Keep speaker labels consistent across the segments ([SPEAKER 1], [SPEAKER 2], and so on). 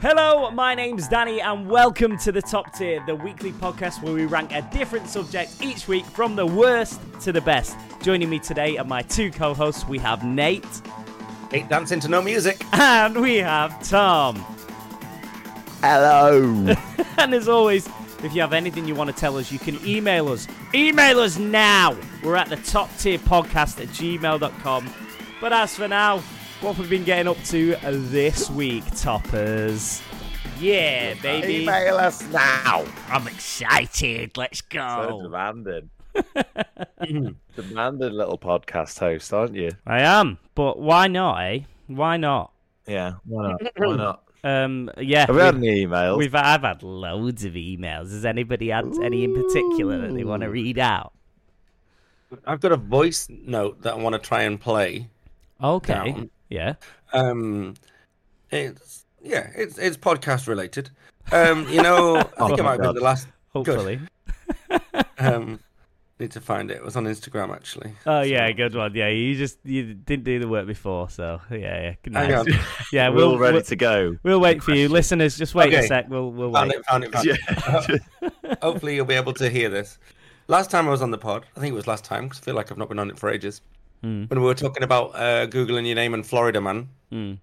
[SPEAKER 1] Hello, my name's Danny, and welcome to the Top Tier, the weekly podcast where we rank a different subject each week from the worst to the best. Joining me today are my two co hosts we have Nate
[SPEAKER 2] Hate dancing to no music.
[SPEAKER 1] and we have Tom.
[SPEAKER 3] Hello.
[SPEAKER 1] And as always, if you have anything you want to tell us, you can email us. Email us now. We're at the top tier podcast at gmail.com. But as for now, what have we been getting up to this week, toppers? Yeah, baby.
[SPEAKER 3] Email us now.
[SPEAKER 1] I'm excited. Let's
[SPEAKER 3] So
[SPEAKER 1] go.
[SPEAKER 3] demanding. Hmm. demanding little podcast host, aren't you?
[SPEAKER 1] I am, but why not, eh? Why not?
[SPEAKER 3] Yeah. Why not? Why not?
[SPEAKER 1] Um, yeah,
[SPEAKER 3] Have we had
[SPEAKER 1] we-
[SPEAKER 3] any emails?
[SPEAKER 1] we've I've had loads of emails. Has anybody had any in particular that they want to read out?
[SPEAKER 2] I've got a voice note that I want to try and play.
[SPEAKER 1] Okay,
[SPEAKER 2] Down.
[SPEAKER 1] yeah.
[SPEAKER 2] Um, it's yeah, it's it's podcast related. Um, you know, I think
[SPEAKER 3] Oh
[SPEAKER 2] it
[SPEAKER 3] my
[SPEAKER 2] might be
[SPEAKER 3] God.
[SPEAKER 2] the last.
[SPEAKER 1] Hopefully.
[SPEAKER 2] Um, need to find it. It was on Instagram actually.
[SPEAKER 1] Oh yeah, good one. Yeah, you just you didn't do the work before, so yeah, yeah.
[SPEAKER 2] Hang
[SPEAKER 1] Nice.
[SPEAKER 2] on.
[SPEAKER 1] Yeah,
[SPEAKER 3] We're
[SPEAKER 1] we'll
[SPEAKER 3] all ready
[SPEAKER 1] we'll,
[SPEAKER 3] to go.
[SPEAKER 1] we'll wait for you, listeners. Just wait a
[SPEAKER 2] Okay.
[SPEAKER 1] sec. We'll we'll
[SPEAKER 2] Found
[SPEAKER 1] wait.
[SPEAKER 2] it, found it, found it. Hopefully, you'll be able to hear this. Last time I was on the pod, I think it was last time because I feel like I've not been on it for ages. When we were talking about uh, googling your name and Florida man,
[SPEAKER 1] Mm.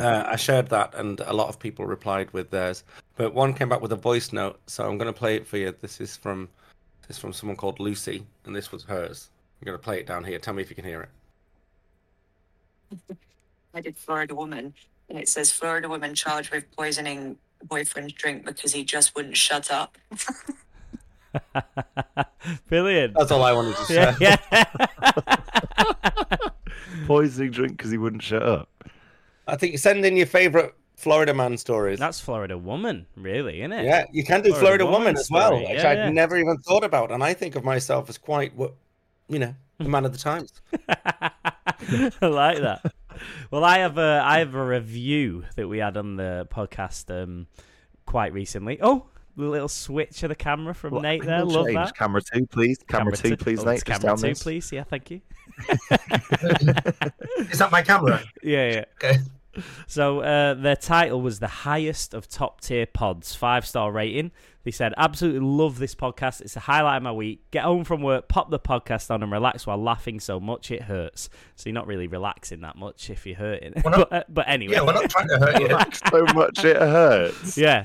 [SPEAKER 2] uh, I shared that, and a lot of people replied with theirs. But one came back with a voice note, so I'm going to play it for you. This is from this is from someone called Lucy, and this was hers. I'm going to play it down here. Tell me if you can hear it.
[SPEAKER 4] I did Florida woman, and it says Florida woman charged with poisoning boyfriend's drink because he just wouldn't shut up.
[SPEAKER 1] Brilliant.
[SPEAKER 2] That's all I wanted to say.
[SPEAKER 1] Yeah, yeah.
[SPEAKER 3] Poisoning drink because he wouldn't shut up.
[SPEAKER 2] I think send in your favorite Florida man stories.
[SPEAKER 1] That's Florida woman, really, isn't it?
[SPEAKER 2] Yeah, you can do
[SPEAKER 1] Or a
[SPEAKER 2] Florida
[SPEAKER 1] woman
[SPEAKER 2] woman, as well,
[SPEAKER 1] story,
[SPEAKER 2] which
[SPEAKER 1] yeah,
[SPEAKER 2] I'd
[SPEAKER 1] yeah.
[SPEAKER 2] never even thought about, and I think of myself as quite, wo- you know, the man of the times.
[SPEAKER 1] I like that. Well, I have a I have a review that we had on the podcast um, quite recently. Oh, the little switch of the camera from
[SPEAKER 3] Well,
[SPEAKER 1] Nate there.
[SPEAKER 3] angle
[SPEAKER 1] Love
[SPEAKER 3] change.
[SPEAKER 1] that.
[SPEAKER 3] Camera two, please. Camera, two, please,
[SPEAKER 1] oh,
[SPEAKER 3] Nate.
[SPEAKER 1] it's
[SPEAKER 3] Just
[SPEAKER 1] Camera
[SPEAKER 3] down
[SPEAKER 1] two,
[SPEAKER 3] this.
[SPEAKER 1] please. Yeah, thank you.
[SPEAKER 2] Is that my camera?
[SPEAKER 1] Yeah, yeah.
[SPEAKER 2] Okay.
[SPEAKER 1] So uh, their title was the highest of top tier pods, five star rating. They said, "Absolutely love this podcast. It's the highlight of my week. Get home from work, pop the podcast on, and relax while laughing so much it hurts. So you're not really relaxing that much if you're hurting. but, uh, but anyway,
[SPEAKER 2] not trying to hurt you.
[SPEAKER 3] so much it hurts.
[SPEAKER 1] yeah.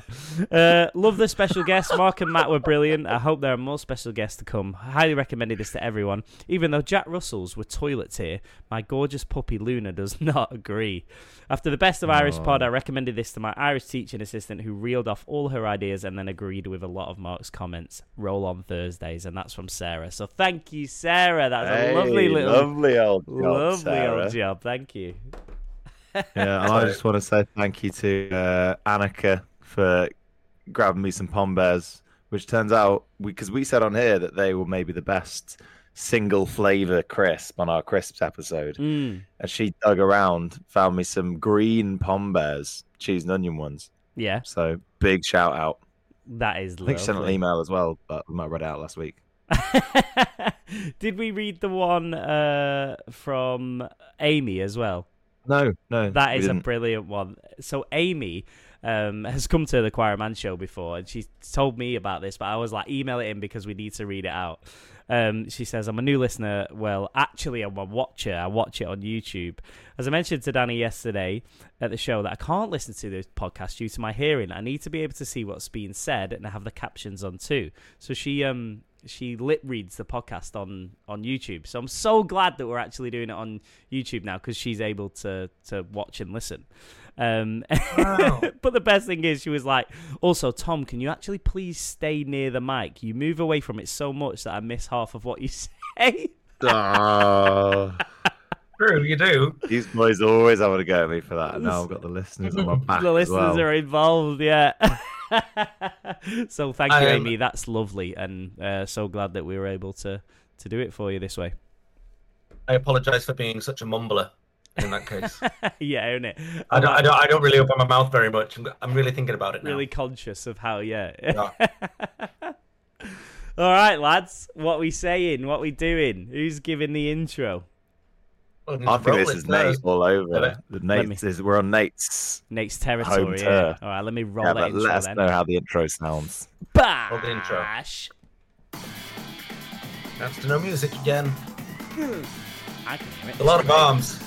[SPEAKER 1] Uh, love the special guests. Mark and Matt were brilliant. I hope there are more special guests to come. Highly recommended this to everyone. Even though Jack Russell's were toilets here, my gorgeous puppy Luna does not agree. After the best of Irish pod, I recommended this to my Irish teaching assistant who reeled off all her ideas and then agreed with a lot of Mark's comments. Roll on Thursdays, and that's from Sarah. So thank you, Sarah. That's a lovely
[SPEAKER 3] Hey,
[SPEAKER 1] little.
[SPEAKER 3] lovely old job,
[SPEAKER 1] Lovely
[SPEAKER 3] Sarah.
[SPEAKER 1] old job, thank you.
[SPEAKER 3] Yeah, and I just want to say thank you to uh, Annika for grabbing me some pombears, which turns out because we, said on here that they were maybe the best single flavor crisp on our crisps episode,
[SPEAKER 1] Mm,
[SPEAKER 3] and she dug around, found me some green pombears, cheese and onion ones.
[SPEAKER 1] yeah,
[SPEAKER 3] So big shout out.
[SPEAKER 1] that is
[SPEAKER 3] I think she sent an
[SPEAKER 1] lovely.
[SPEAKER 3] email as well, but we might read it out last week.
[SPEAKER 1] Did we read the one uh, from Amy as well?
[SPEAKER 3] No, no,
[SPEAKER 1] That
[SPEAKER 3] we
[SPEAKER 1] is a
[SPEAKER 3] didn't.
[SPEAKER 1] brilliant one. So Amy um, has come to the Choir Man show before, and she told me about this, but I was like, email it in because we need to read it out. Um, she says, "I'm a new listener. Well, actually, I'm a watcher. I watch it on YouTube. As I mentioned to Danny yesterday at the show, that I can't listen to this podcast due to my hearing. I need to be able to see what's being said and have the captions on too. So she um." She lip reads the podcast on on YouTube, so I'm so glad that we're actually doing it on YouTube now because she's able to to watch and listen. Um, but the best thing is, she was like, "Also, Tom, can you actually please stay near the mic? You move away from it so much that I miss half of what you say."
[SPEAKER 3] Ah,
[SPEAKER 2] True, you do.
[SPEAKER 3] these boys always having a go at me for that. And now I've got the listeners on my back.
[SPEAKER 1] the
[SPEAKER 3] as
[SPEAKER 1] listeners
[SPEAKER 3] Ah, well.
[SPEAKER 1] are involved, yeah. so thank you,
[SPEAKER 2] I, um,
[SPEAKER 1] Amy. That's lovely, and uh, so glad that we were able to to do it for you this way.
[SPEAKER 2] I apologize for being such a mumbler in that case.
[SPEAKER 1] yeah, own it.
[SPEAKER 2] I don't,
[SPEAKER 1] I'm
[SPEAKER 2] I don't, I don't really open my mouth very much. I'm, I'm really thinking about it now.
[SPEAKER 1] really conscious of how, yeah. All right, lads. What we saying? What we doing? Who's giving the intro?
[SPEAKER 3] I think this is Nate all over. The
[SPEAKER 1] Let
[SPEAKER 3] Nate is, we're on Nate's.
[SPEAKER 1] Nate's territory.
[SPEAKER 3] Home
[SPEAKER 1] Yeah.
[SPEAKER 3] turf.
[SPEAKER 1] All right, let me roll
[SPEAKER 3] Yeah,
[SPEAKER 1] that
[SPEAKER 3] but
[SPEAKER 1] intro
[SPEAKER 3] let us
[SPEAKER 1] then.
[SPEAKER 3] know how the intro sounds.
[SPEAKER 1] Bash.
[SPEAKER 2] Roll the intro. That's no music again.
[SPEAKER 1] I can hear it.
[SPEAKER 2] A lot of bombs.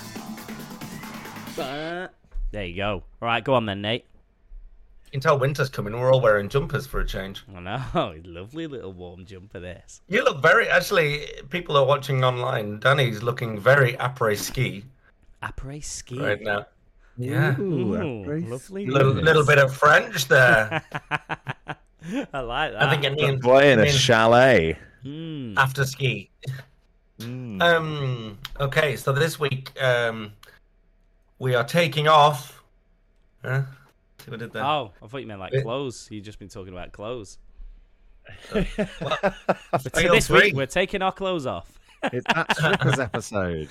[SPEAKER 1] Bah. There you go. All right, go on then, Nate.
[SPEAKER 2] You can tell winter's coming. We're all wearing jumpers for a change.
[SPEAKER 1] I know, lovely little warm jumper. This.
[SPEAKER 2] You look very. Actually, people are watching online. Danny's looking very après ski
[SPEAKER 1] Après ski.
[SPEAKER 2] right now. Yeah.
[SPEAKER 1] Ooh, lovely.
[SPEAKER 2] Little, little bit of French there.
[SPEAKER 1] I like that.
[SPEAKER 2] I think it means,
[SPEAKER 3] Boy in
[SPEAKER 2] it
[SPEAKER 3] a
[SPEAKER 2] means
[SPEAKER 3] chalet.
[SPEAKER 1] Mm.
[SPEAKER 2] after ski. Um. Okay, so this week, um, we are taking off. Huh? See what I did there?
[SPEAKER 1] Oh, I thought you meant like
[SPEAKER 2] It-
[SPEAKER 1] clothes. You've just been talking about clothes. But
[SPEAKER 2] Feel
[SPEAKER 1] this
[SPEAKER 2] free.
[SPEAKER 1] week we're taking our clothes off.
[SPEAKER 3] it's that Strippers episode.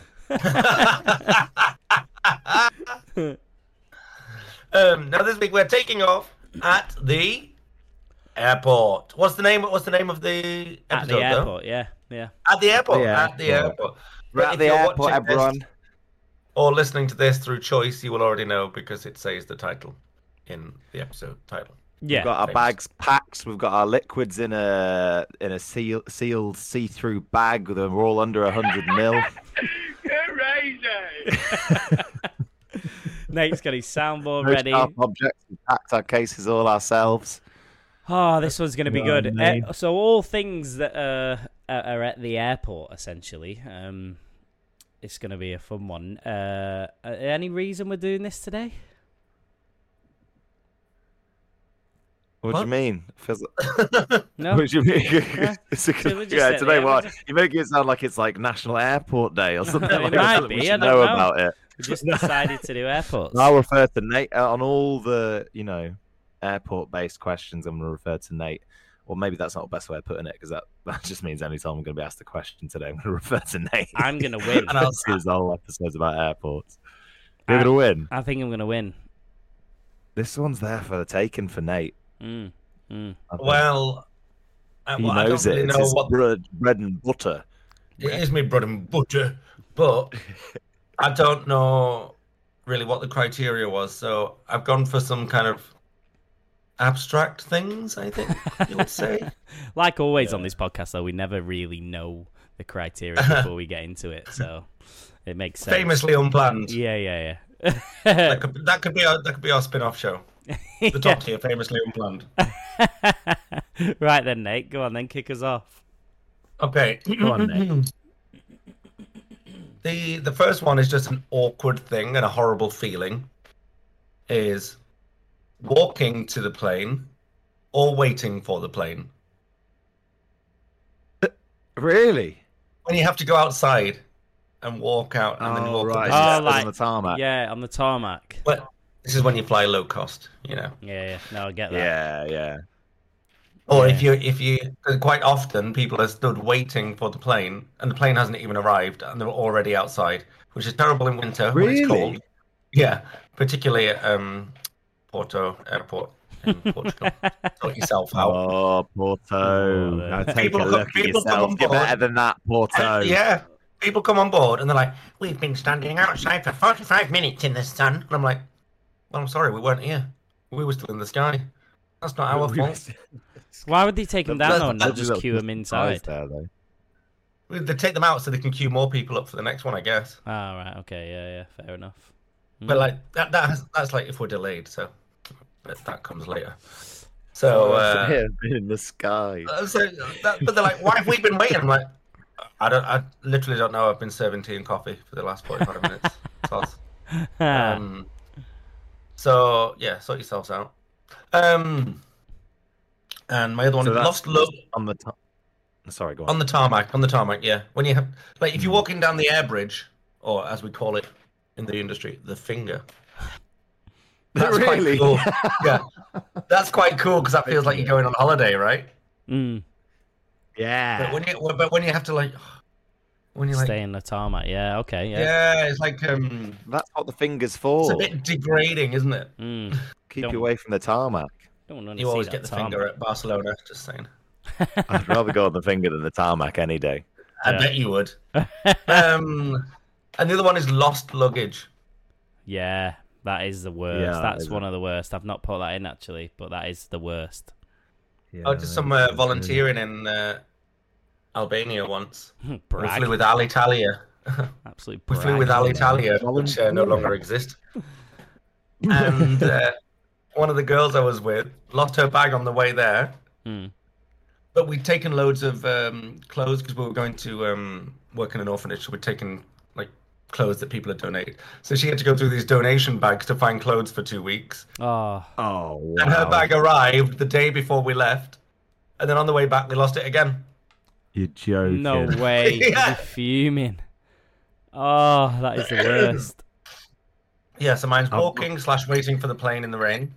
[SPEAKER 2] Um, now this week we're taking off at the airport. What's the name? What's the name of the episode?
[SPEAKER 1] At the
[SPEAKER 2] though?
[SPEAKER 1] airport, yeah, yeah.
[SPEAKER 2] At the airport.
[SPEAKER 3] The
[SPEAKER 2] At the
[SPEAKER 3] airport.
[SPEAKER 2] airport.
[SPEAKER 3] We're
[SPEAKER 2] But
[SPEAKER 3] at
[SPEAKER 2] if
[SPEAKER 3] the
[SPEAKER 2] you're
[SPEAKER 3] airport,
[SPEAKER 2] watching this
[SPEAKER 3] everyone.
[SPEAKER 2] Or listening to this through choice, you will already know because it says the title in the episode title.
[SPEAKER 1] Yeah.
[SPEAKER 3] We've got our
[SPEAKER 2] Thanks.
[SPEAKER 3] bags packed. We've got our liquids in a in a seal, sealed see-through bag. with- We're all under hundred mil.
[SPEAKER 5] Crazy.
[SPEAKER 1] Nate's got his soundboard
[SPEAKER 3] No
[SPEAKER 1] ready.
[SPEAKER 3] sharp objects. We packed our cases all ourselves.
[SPEAKER 1] Oh, this one's going to be
[SPEAKER 3] Yeah,
[SPEAKER 1] good. Eh,
[SPEAKER 3] mate.
[SPEAKER 1] so all things that uh, are are at the airport, essentially. Um, it's going to be a fun one. Uh, uh, any reason we're doing this today?
[SPEAKER 3] What, do
[SPEAKER 2] What?
[SPEAKER 3] you mean? Feels like-
[SPEAKER 1] No.
[SPEAKER 3] What do you mean? It's a-
[SPEAKER 1] So we just
[SPEAKER 3] yeah,
[SPEAKER 1] sit
[SPEAKER 3] today
[SPEAKER 1] there, we
[SPEAKER 3] why
[SPEAKER 1] just-
[SPEAKER 3] you make it sound like it's like National Airport Day or something.
[SPEAKER 1] It
[SPEAKER 3] like
[SPEAKER 1] might
[SPEAKER 3] that.
[SPEAKER 1] be,
[SPEAKER 3] We
[SPEAKER 1] I don't
[SPEAKER 3] should know
[SPEAKER 1] know.
[SPEAKER 3] about it.
[SPEAKER 1] We just decided to do airports.
[SPEAKER 3] I'll refer to Nate uh, on all the you know airport-based questions. I'm going to refer to Nate, or maybe that's not the best way of putting it because that, that just means anytime I'm going to be asked a question today, I'm going to refer to Nate.
[SPEAKER 1] I'm going to win.
[SPEAKER 2] And I'll-
[SPEAKER 3] This is all episodes about airports.
[SPEAKER 1] I-
[SPEAKER 3] You're going to win.
[SPEAKER 1] I think I'm going to win.
[SPEAKER 3] This one's there for the taking for Nate.
[SPEAKER 1] Mm, mm.
[SPEAKER 3] I think.
[SPEAKER 2] Well, I,
[SPEAKER 3] he
[SPEAKER 2] well, I don't
[SPEAKER 3] knows it.
[SPEAKER 2] really
[SPEAKER 3] It's
[SPEAKER 2] know
[SPEAKER 3] his
[SPEAKER 2] what
[SPEAKER 3] bread, bread and butter.
[SPEAKER 2] it is. Me bread and butter, but I don't know really what the criteria was. So I've gone for some kind of abstract things. I think you would say.
[SPEAKER 1] Like always on this podcast, though, we never really know the criteria before we get into it, so it makes sense.
[SPEAKER 2] famously unplanned.
[SPEAKER 1] Yeah, yeah, yeah.
[SPEAKER 2] That could, that could be our that could be our spin-off show. The top tier, famously unplanned.
[SPEAKER 1] right then, Nate, go on then, kick us off.
[SPEAKER 2] Okay,
[SPEAKER 3] Go on, Nate.
[SPEAKER 2] the the first one is just an awkward thing and a horrible feeling. Is walking to the plane or waiting for the plane
[SPEAKER 3] Really?
[SPEAKER 2] when you have to go outside and walk out and then
[SPEAKER 3] Oh,
[SPEAKER 2] walk.
[SPEAKER 3] right.
[SPEAKER 2] This,
[SPEAKER 1] Oh,
[SPEAKER 2] is,
[SPEAKER 3] yeah, it was
[SPEAKER 1] like-
[SPEAKER 3] on the tarmac.
[SPEAKER 1] Yeah, on the tarmac.
[SPEAKER 2] well, this is when you fly low cost, you know.
[SPEAKER 1] Yeah, yeah. No, I get that.
[SPEAKER 3] Yeah, yeah.
[SPEAKER 2] Or if
[SPEAKER 1] Yeah.
[SPEAKER 2] you if you 'cause quite often people are stood waiting for the plane and the plane hasn't even arrived and they're already outside, which is terrible in winter when it's
[SPEAKER 3] Really?
[SPEAKER 2] cold. Yeah, particularly at um, Porto Airport in Portugal. Sort yourself out.
[SPEAKER 3] Oh,
[SPEAKER 1] Oh,
[SPEAKER 3] Porto.
[SPEAKER 1] there.
[SPEAKER 3] Now take
[SPEAKER 2] People
[SPEAKER 3] a
[SPEAKER 2] come-
[SPEAKER 3] look at
[SPEAKER 2] people come
[SPEAKER 3] yourself.
[SPEAKER 2] on
[SPEAKER 3] You're
[SPEAKER 2] board.
[SPEAKER 3] better than that, Porto.
[SPEAKER 2] And, yeah, people come on board and they're like, "We've been standing outside for forty-five minutes in the sun," and I'm like, "Well, I'm sorry, we weren't here. We were still in the sky. That's not our fault."
[SPEAKER 1] Why would they take him down
[SPEAKER 2] That's-
[SPEAKER 1] though and not
[SPEAKER 3] That's a
[SPEAKER 1] just
[SPEAKER 3] little
[SPEAKER 1] queue him
[SPEAKER 3] surprise
[SPEAKER 1] inside?
[SPEAKER 3] There, though.
[SPEAKER 2] They take them out so they can queue more people up for the next one, I guess.
[SPEAKER 1] Oh, right, okay, yeah, yeah, fair enough.
[SPEAKER 3] Mm.
[SPEAKER 2] But like that, that has, that's like if we're delayed, so but that comes later.
[SPEAKER 3] Oh,
[SPEAKER 2] So, uh,
[SPEAKER 3] Yeah, been in the sky.
[SPEAKER 2] uh, so that, but they're like, why have we been waiting? I'm like, I don't, I literally don't know. I've been serving tea and coffee for the last 45 minutes. Toss.
[SPEAKER 3] Ah.
[SPEAKER 2] Um, so yeah, sort yourselves out. Um, and my other one
[SPEAKER 3] So
[SPEAKER 2] is
[SPEAKER 3] that's-
[SPEAKER 2] lost love
[SPEAKER 3] on the top. Sorry, go on.
[SPEAKER 2] on the tarmac. On the tarmac, yeah. When you have like
[SPEAKER 3] Hmm.
[SPEAKER 2] if you're walking down the air bridge, or as we call it in the industry, the finger. That's
[SPEAKER 3] Really?
[SPEAKER 2] quite cool. yeah, that's quite cool because that feels like you're going on holiday, right?
[SPEAKER 1] Mm,
[SPEAKER 3] yeah.
[SPEAKER 2] But when you but when you have to like when you're like
[SPEAKER 1] stay in the tarmac. Yeah, okay,
[SPEAKER 2] yeah.
[SPEAKER 1] yeah.
[SPEAKER 2] it's like um,
[SPEAKER 3] That's what the finger's
[SPEAKER 2] it's
[SPEAKER 3] for.
[SPEAKER 2] a bit degrading, isn't it?
[SPEAKER 1] Mm,
[SPEAKER 3] Keep
[SPEAKER 1] Don't-
[SPEAKER 3] you away from the tarmac.
[SPEAKER 1] don't want to
[SPEAKER 2] You
[SPEAKER 1] see
[SPEAKER 2] always
[SPEAKER 1] that
[SPEAKER 2] get the
[SPEAKER 1] tarmac.
[SPEAKER 2] finger at Barcelona. Just saying,
[SPEAKER 3] I'd rather go on the finger than the tarmac any day.
[SPEAKER 2] I
[SPEAKER 1] Yeah.
[SPEAKER 2] bet you would. um, And the other one is lost luggage.
[SPEAKER 1] Yeah, that is the worst.
[SPEAKER 3] Yeah,
[SPEAKER 1] That's
[SPEAKER 3] is
[SPEAKER 1] one of the worst. I've not put that in actually, but that is the worst.
[SPEAKER 3] Yeah,
[SPEAKER 2] I did some
[SPEAKER 3] that's-
[SPEAKER 2] uh,
[SPEAKER 3] that's really-
[SPEAKER 2] volunteering in uh, Albania once. We
[SPEAKER 1] brag.
[SPEAKER 2] flew with Alitalia.
[SPEAKER 1] Absolute
[SPEAKER 2] We
[SPEAKER 1] brag.
[SPEAKER 2] flew with Alitalia, which uh, no
[SPEAKER 3] Volunteering.
[SPEAKER 2] longer exists. And uh, one of the girls I was with lost her bag on the way there.
[SPEAKER 1] Hmm.
[SPEAKER 2] But we'd taken loads of um, clothes because we were going to um, work in an orphanage. So we'd taken like clothes that people had donated. So she had to go through these donation bags to find clothes for two weeks.
[SPEAKER 1] Oh,
[SPEAKER 3] Oh, wow.
[SPEAKER 2] And her bag arrived the day before we left. And then on the way back, we lost it again.
[SPEAKER 3] You're joking.
[SPEAKER 1] no way.
[SPEAKER 2] Yeah.
[SPEAKER 1] I'd be fuming. Oh, that is the worst.
[SPEAKER 2] Yeah, so mine's
[SPEAKER 3] Oh.
[SPEAKER 2] walking slash waiting for the plane in the rain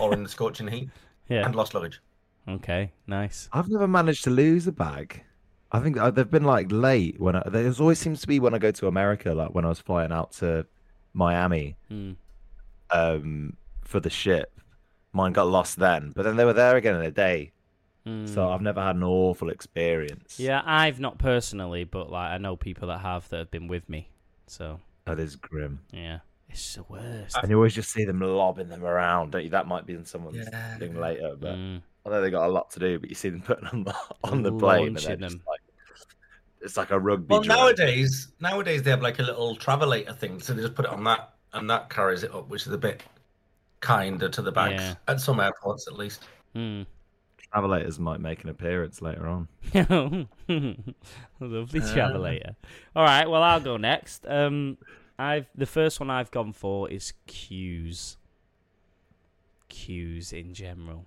[SPEAKER 2] or in the scorching heat
[SPEAKER 1] Yeah.
[SPEAKER 2] and lost luggage.
[SPEAKER 1] Okay. Nice.
[SPEAKER 3] I've never managed to lose a bag. I think uh, they've been like late when I, there's always seems to be when I go to America, like when I was flying out to Miami
[SPEAKER 1] Hmm.
[SPEAKER 3] um, for the ship. Mine got lost then, but then they were there again in a day.
[SPEAKER 1] Hmm.
[SPEAKER 3] So uh, I've never had an awful experience.
[SPEAKER 1] Yeah, I've not personally, but like I know people that have that have been with me. So
[SPEAKER 3] that is grim.
[SPEAKER 1] yeah, it's the worst.
[SPEAKER 3] And you always just see them lobbing them around, don't you? That might be in someone's
[SPEAKER 2] Yeah.
[SPEAKER 3] thing later, but
[SPEAKER 1] Mm.
[SPEAKER 3] I know they got a lot to do. But you see them putting them on the plane, and they're
[SPEAKER 1] Launching
[SPEAKER 3] just
[SPEAKER 1] them.
[SPEAKER 3] like it's like a rugby.
[SPEAKER 2] Well,
[SPEAKER 3] drill.
[SPEAKER 2] nowadays, nowadays they have like a little travelator thing, so they just put it on that, and that carries it up, which is a bit kinder to the bags
[SPEAKER 1] Yeah.
[SPEAKER 2] at some airports, at least.
[SPEAKER 1] Mm.
[SPEAKER 3] travelators might make an appearance later on.
[SPEAKER 1] Lovely travelator. All right, well I'll go next. Um, I've the first one I've gone for is queues. Queues in general.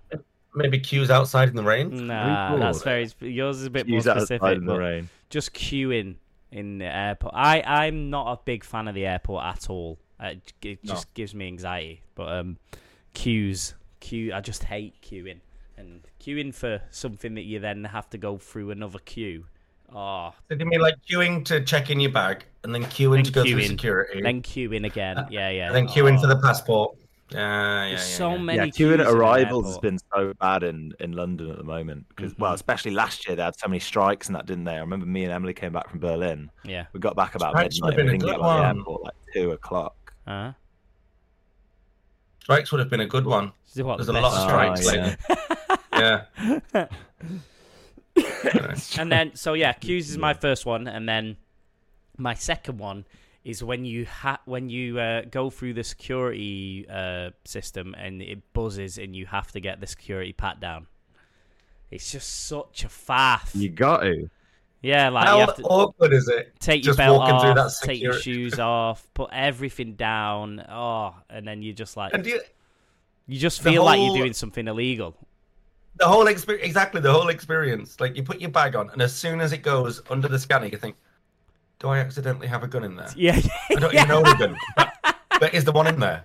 [SPEAKER 2] Maybe queues outside in the rain.
[SPEAKER 1] Nah,
[SPEAKER 3] cool.
[SPEAKER 1] that's very. sp- Yours is a bit more
[SPEAKER 3] Use that aside
[SPEAKER 1] specific.
[SPEAKER 3] in the
[SPEAKER 1] but
[SPEAKER 3] rain.
[SPEAKER 1] just queuing in the airport. I I'm not a big fan of the airport at all. Uh, It, g- it just gives me anxiety. But um, queues, queue. I just hate queuing and queuing for something that you then have to go through another queue. Oh,
[SPEAKER 2] So do you mean like queuing to check in your bag, and then queuing
[SPEAKER 1] Then
[SPEAKER 2] to go through
[SPEAKER 1] queuing.
[SPEAKER 2] security,
[SPEAKER 1] then queuing again. Yeah, yeah.
[SPEAKER 2] Uh, and then queuing
[SPEAKER 1] Oh,
[SPEAKER 2] for the passport? Yeah, yeah, yeah.
[SPEAKER 1] There's so
[SPEAKER 2] yeah.
[SPEAKER 1] many.
[SPEAKER 3] yeah,
[SPEAKER 1] queues
[SPEAKER 3] queuing
[SPEAKER 1] in
[SPEAKER 3] at
[SPEAKER 1] an
[SPEAKER 3] arrivals has
[SPEAKER 1] airport.
[SPEAKER 3] been so bad in, in London at the moment. Because well,
[SPEAKER 1] Mhm.
[SPEAKER 2] Mm-hmm.
[SPEAKER 3] especially last year they had so many strikes and that didn't they? I remember me and Emily came back from Berlin.
[SPEAKER 1] Yeah.
[SPEAKER 3] We got back about
[SPEAKER 2] Strikes
[SPEAKER 3] midnight.
[SPEAKER 2] would've
[SPEAKER 3] We
[SPEAKER 2] been a
[SPEAKER 3] didn't get
[SPEAKER 2] good
[SPEAKER 3] on the
[SPEAKER 2] one.
[SPEAKER 3] airport like two o'clock.
[SPEAKER 1] Uh,
[SPEAKER 2] Strikes would have been a good one.
[SPEAKER 1] so what,
[SPEAKER 2] There's
[SPEAKER 1] the
[SPEAKER 2] a lot
[SPEAKER 1] best
[SPEAKER 2] of
[SPEAKER 3] strikes.
[SPEAKER 1] strikes?
[SPEAKER 2] strikes
[SPEAKER 3] Oh,
[SPEAKER 2] lately. Yeah.
[SPEAKER 1] and then so yeah, Q's is my first one, and then my second one is when you ha- when you uh, go through the security uh, system and it buzzes and you have to get the security pat down. It's just such a faff.
[SPEAKER 3] You got to.
[SPEAKER 1] yeah, like
[SPEAKER 2] How
[SPEAKER 1] you have to
[SPEAKER 2] awkward is it?
[SPEAKER 1] take your
[SPEAKER 2] just
[SPEAKER 1] belt
[SPEAKER 2] walking through that
[SPEAKER 1] off, take your
[SPEAKER 2] security-
[SPEAKER 1] shoes off, put everything down. Oh, and then you just like
[SPEAKER 2] And do you,
[SPEAKER 1] you just
[SPEAKER 2] the
[SPEAKER 1] feel like you're
[SPEAKER 2] whole-
[SPEAKER 1] doing something illegal.
[SPEAKER 2] the whole experience exactly the whole experience like you put your bag on and as soon as it goes under the scanner you think do i accidentally have a gun in there
[SPEAKER 1] Yeah,
[SPEAKER 2] i don't even know the gun but, but is the one in there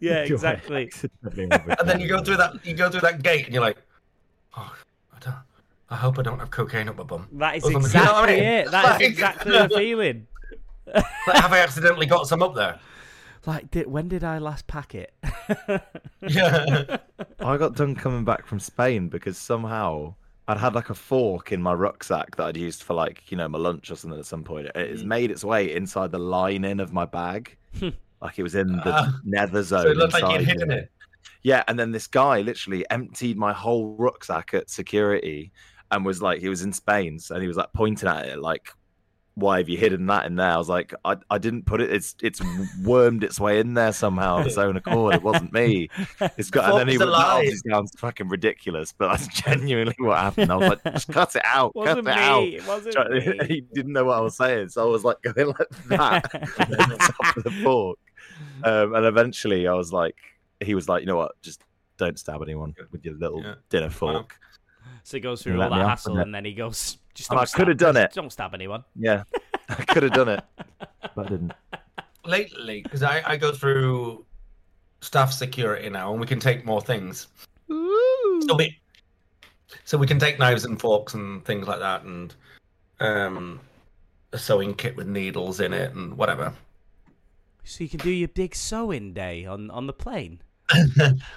[SPEAKER 1] yeah,
[SPEAKER 3] You're
[SPEAKER 1] exactly.
[SPEAKER 3] accidentally have a
[SPEAKER 2] and then you go
[SPEAKER 3] gun.
[SPEAKER 2] through that you go through that gate and you're like oh i don't i hope i don't have cocaine up my bum
[SPEAKER 1] That is
[SPEAKER 2] Or something. You know what I
[SPEAKER 1] exactly
[SPEAKER 2] mean?
[SPEAKER 1] it. That
[SPEAKER 2] Like-
[SPEAKER 1] is exactly the feeling.
[SPEAKER 2] Like, have i accidentally got some up there
[SPEAKER 1] Like, did, when did I last pack it?
[SPEAKER 2] yeah
[SPEAKER 3] I got done coming back from Spain because somehow I'd had like a fork in my rucksack that I'd used for like, you know, my lunch or something at some point. It-
[SPEAKER 2] Mm.
[SPEAKER 3] It's made its way inside the lining of my bag. like it was in the
[SPEAKER 2] Hmm. Ah.
[SPEAKER 3] nether zone.
[SPEAKER 2] so it looked like you'd
[SPEAKER 3] inside
[SPEAKER 2] hidden
[SPEAKER 3] there.
[SPEAKER 2] it
[SPEAKER 3] Yeah, and then this guy literally emptied my whole rucksack at security and was like, he was in Spain and he was like pointing at it like, why have you hidden that in there? I was like, I, I didn't put it. It's it's wormed its way in there somehow of its own accord. It wasn't me. It's got and
[SPEAKER 2] Fuck
[SPEAKER 3] then he
[SPEAKER 2] is a
[SPEAKER 3] went,
[SPEAKER 2] lie.
[SPEAKER 3] "Oh, this sounds fucking ridiculous, but that's genuinely what happened. I was like, just cut it out, cut it
[SPEAKER 1] wasn't me.
[SPEAKER 3] out.
[SPEAKER 1] It wasn't
[SPEAKER 3] Try-
[SPEAKER 1] me.
[SPEAKER 3] he didn't know what I was saying, so I was like going like that at the top of the fork. Um, and eventually, I was like, he was like, you know what, just don't stab anyone with your little
[SPEAKER 2] Yeah.
[SPEAKER 3] dinner fork.
[SPEAKER 1] So he goes through
[SPEAKER 3] You
[SPEAKER 1] all
[SPEAKER 3] let me
[SPEAKER 1] that
[SPEAKER 3] off,
[SPEAKER 1] hassle,
[SPEAKER 3] didn't it?
[SPEAKER 1] and then he goes, "Just
[SPEAKER 3] And
[SPEAKER 1] don't
[SPEAKER 3] I
[SPEAKER 1] stab-
[SPEAKER 3] coulda done it.
[SPEAKER 1] Don't stab anyone."
[SPEAKER 3] Yeah, I could have done it, but I didn't.
[SPEAKER 2] lately because i i go through staff security now and we can take more things So we, so we can take knives and forks and things like that, and um, a sewing kit with needles in it and whatever.
[SPEAKER 1] So you can do your big sewing day on on the plane.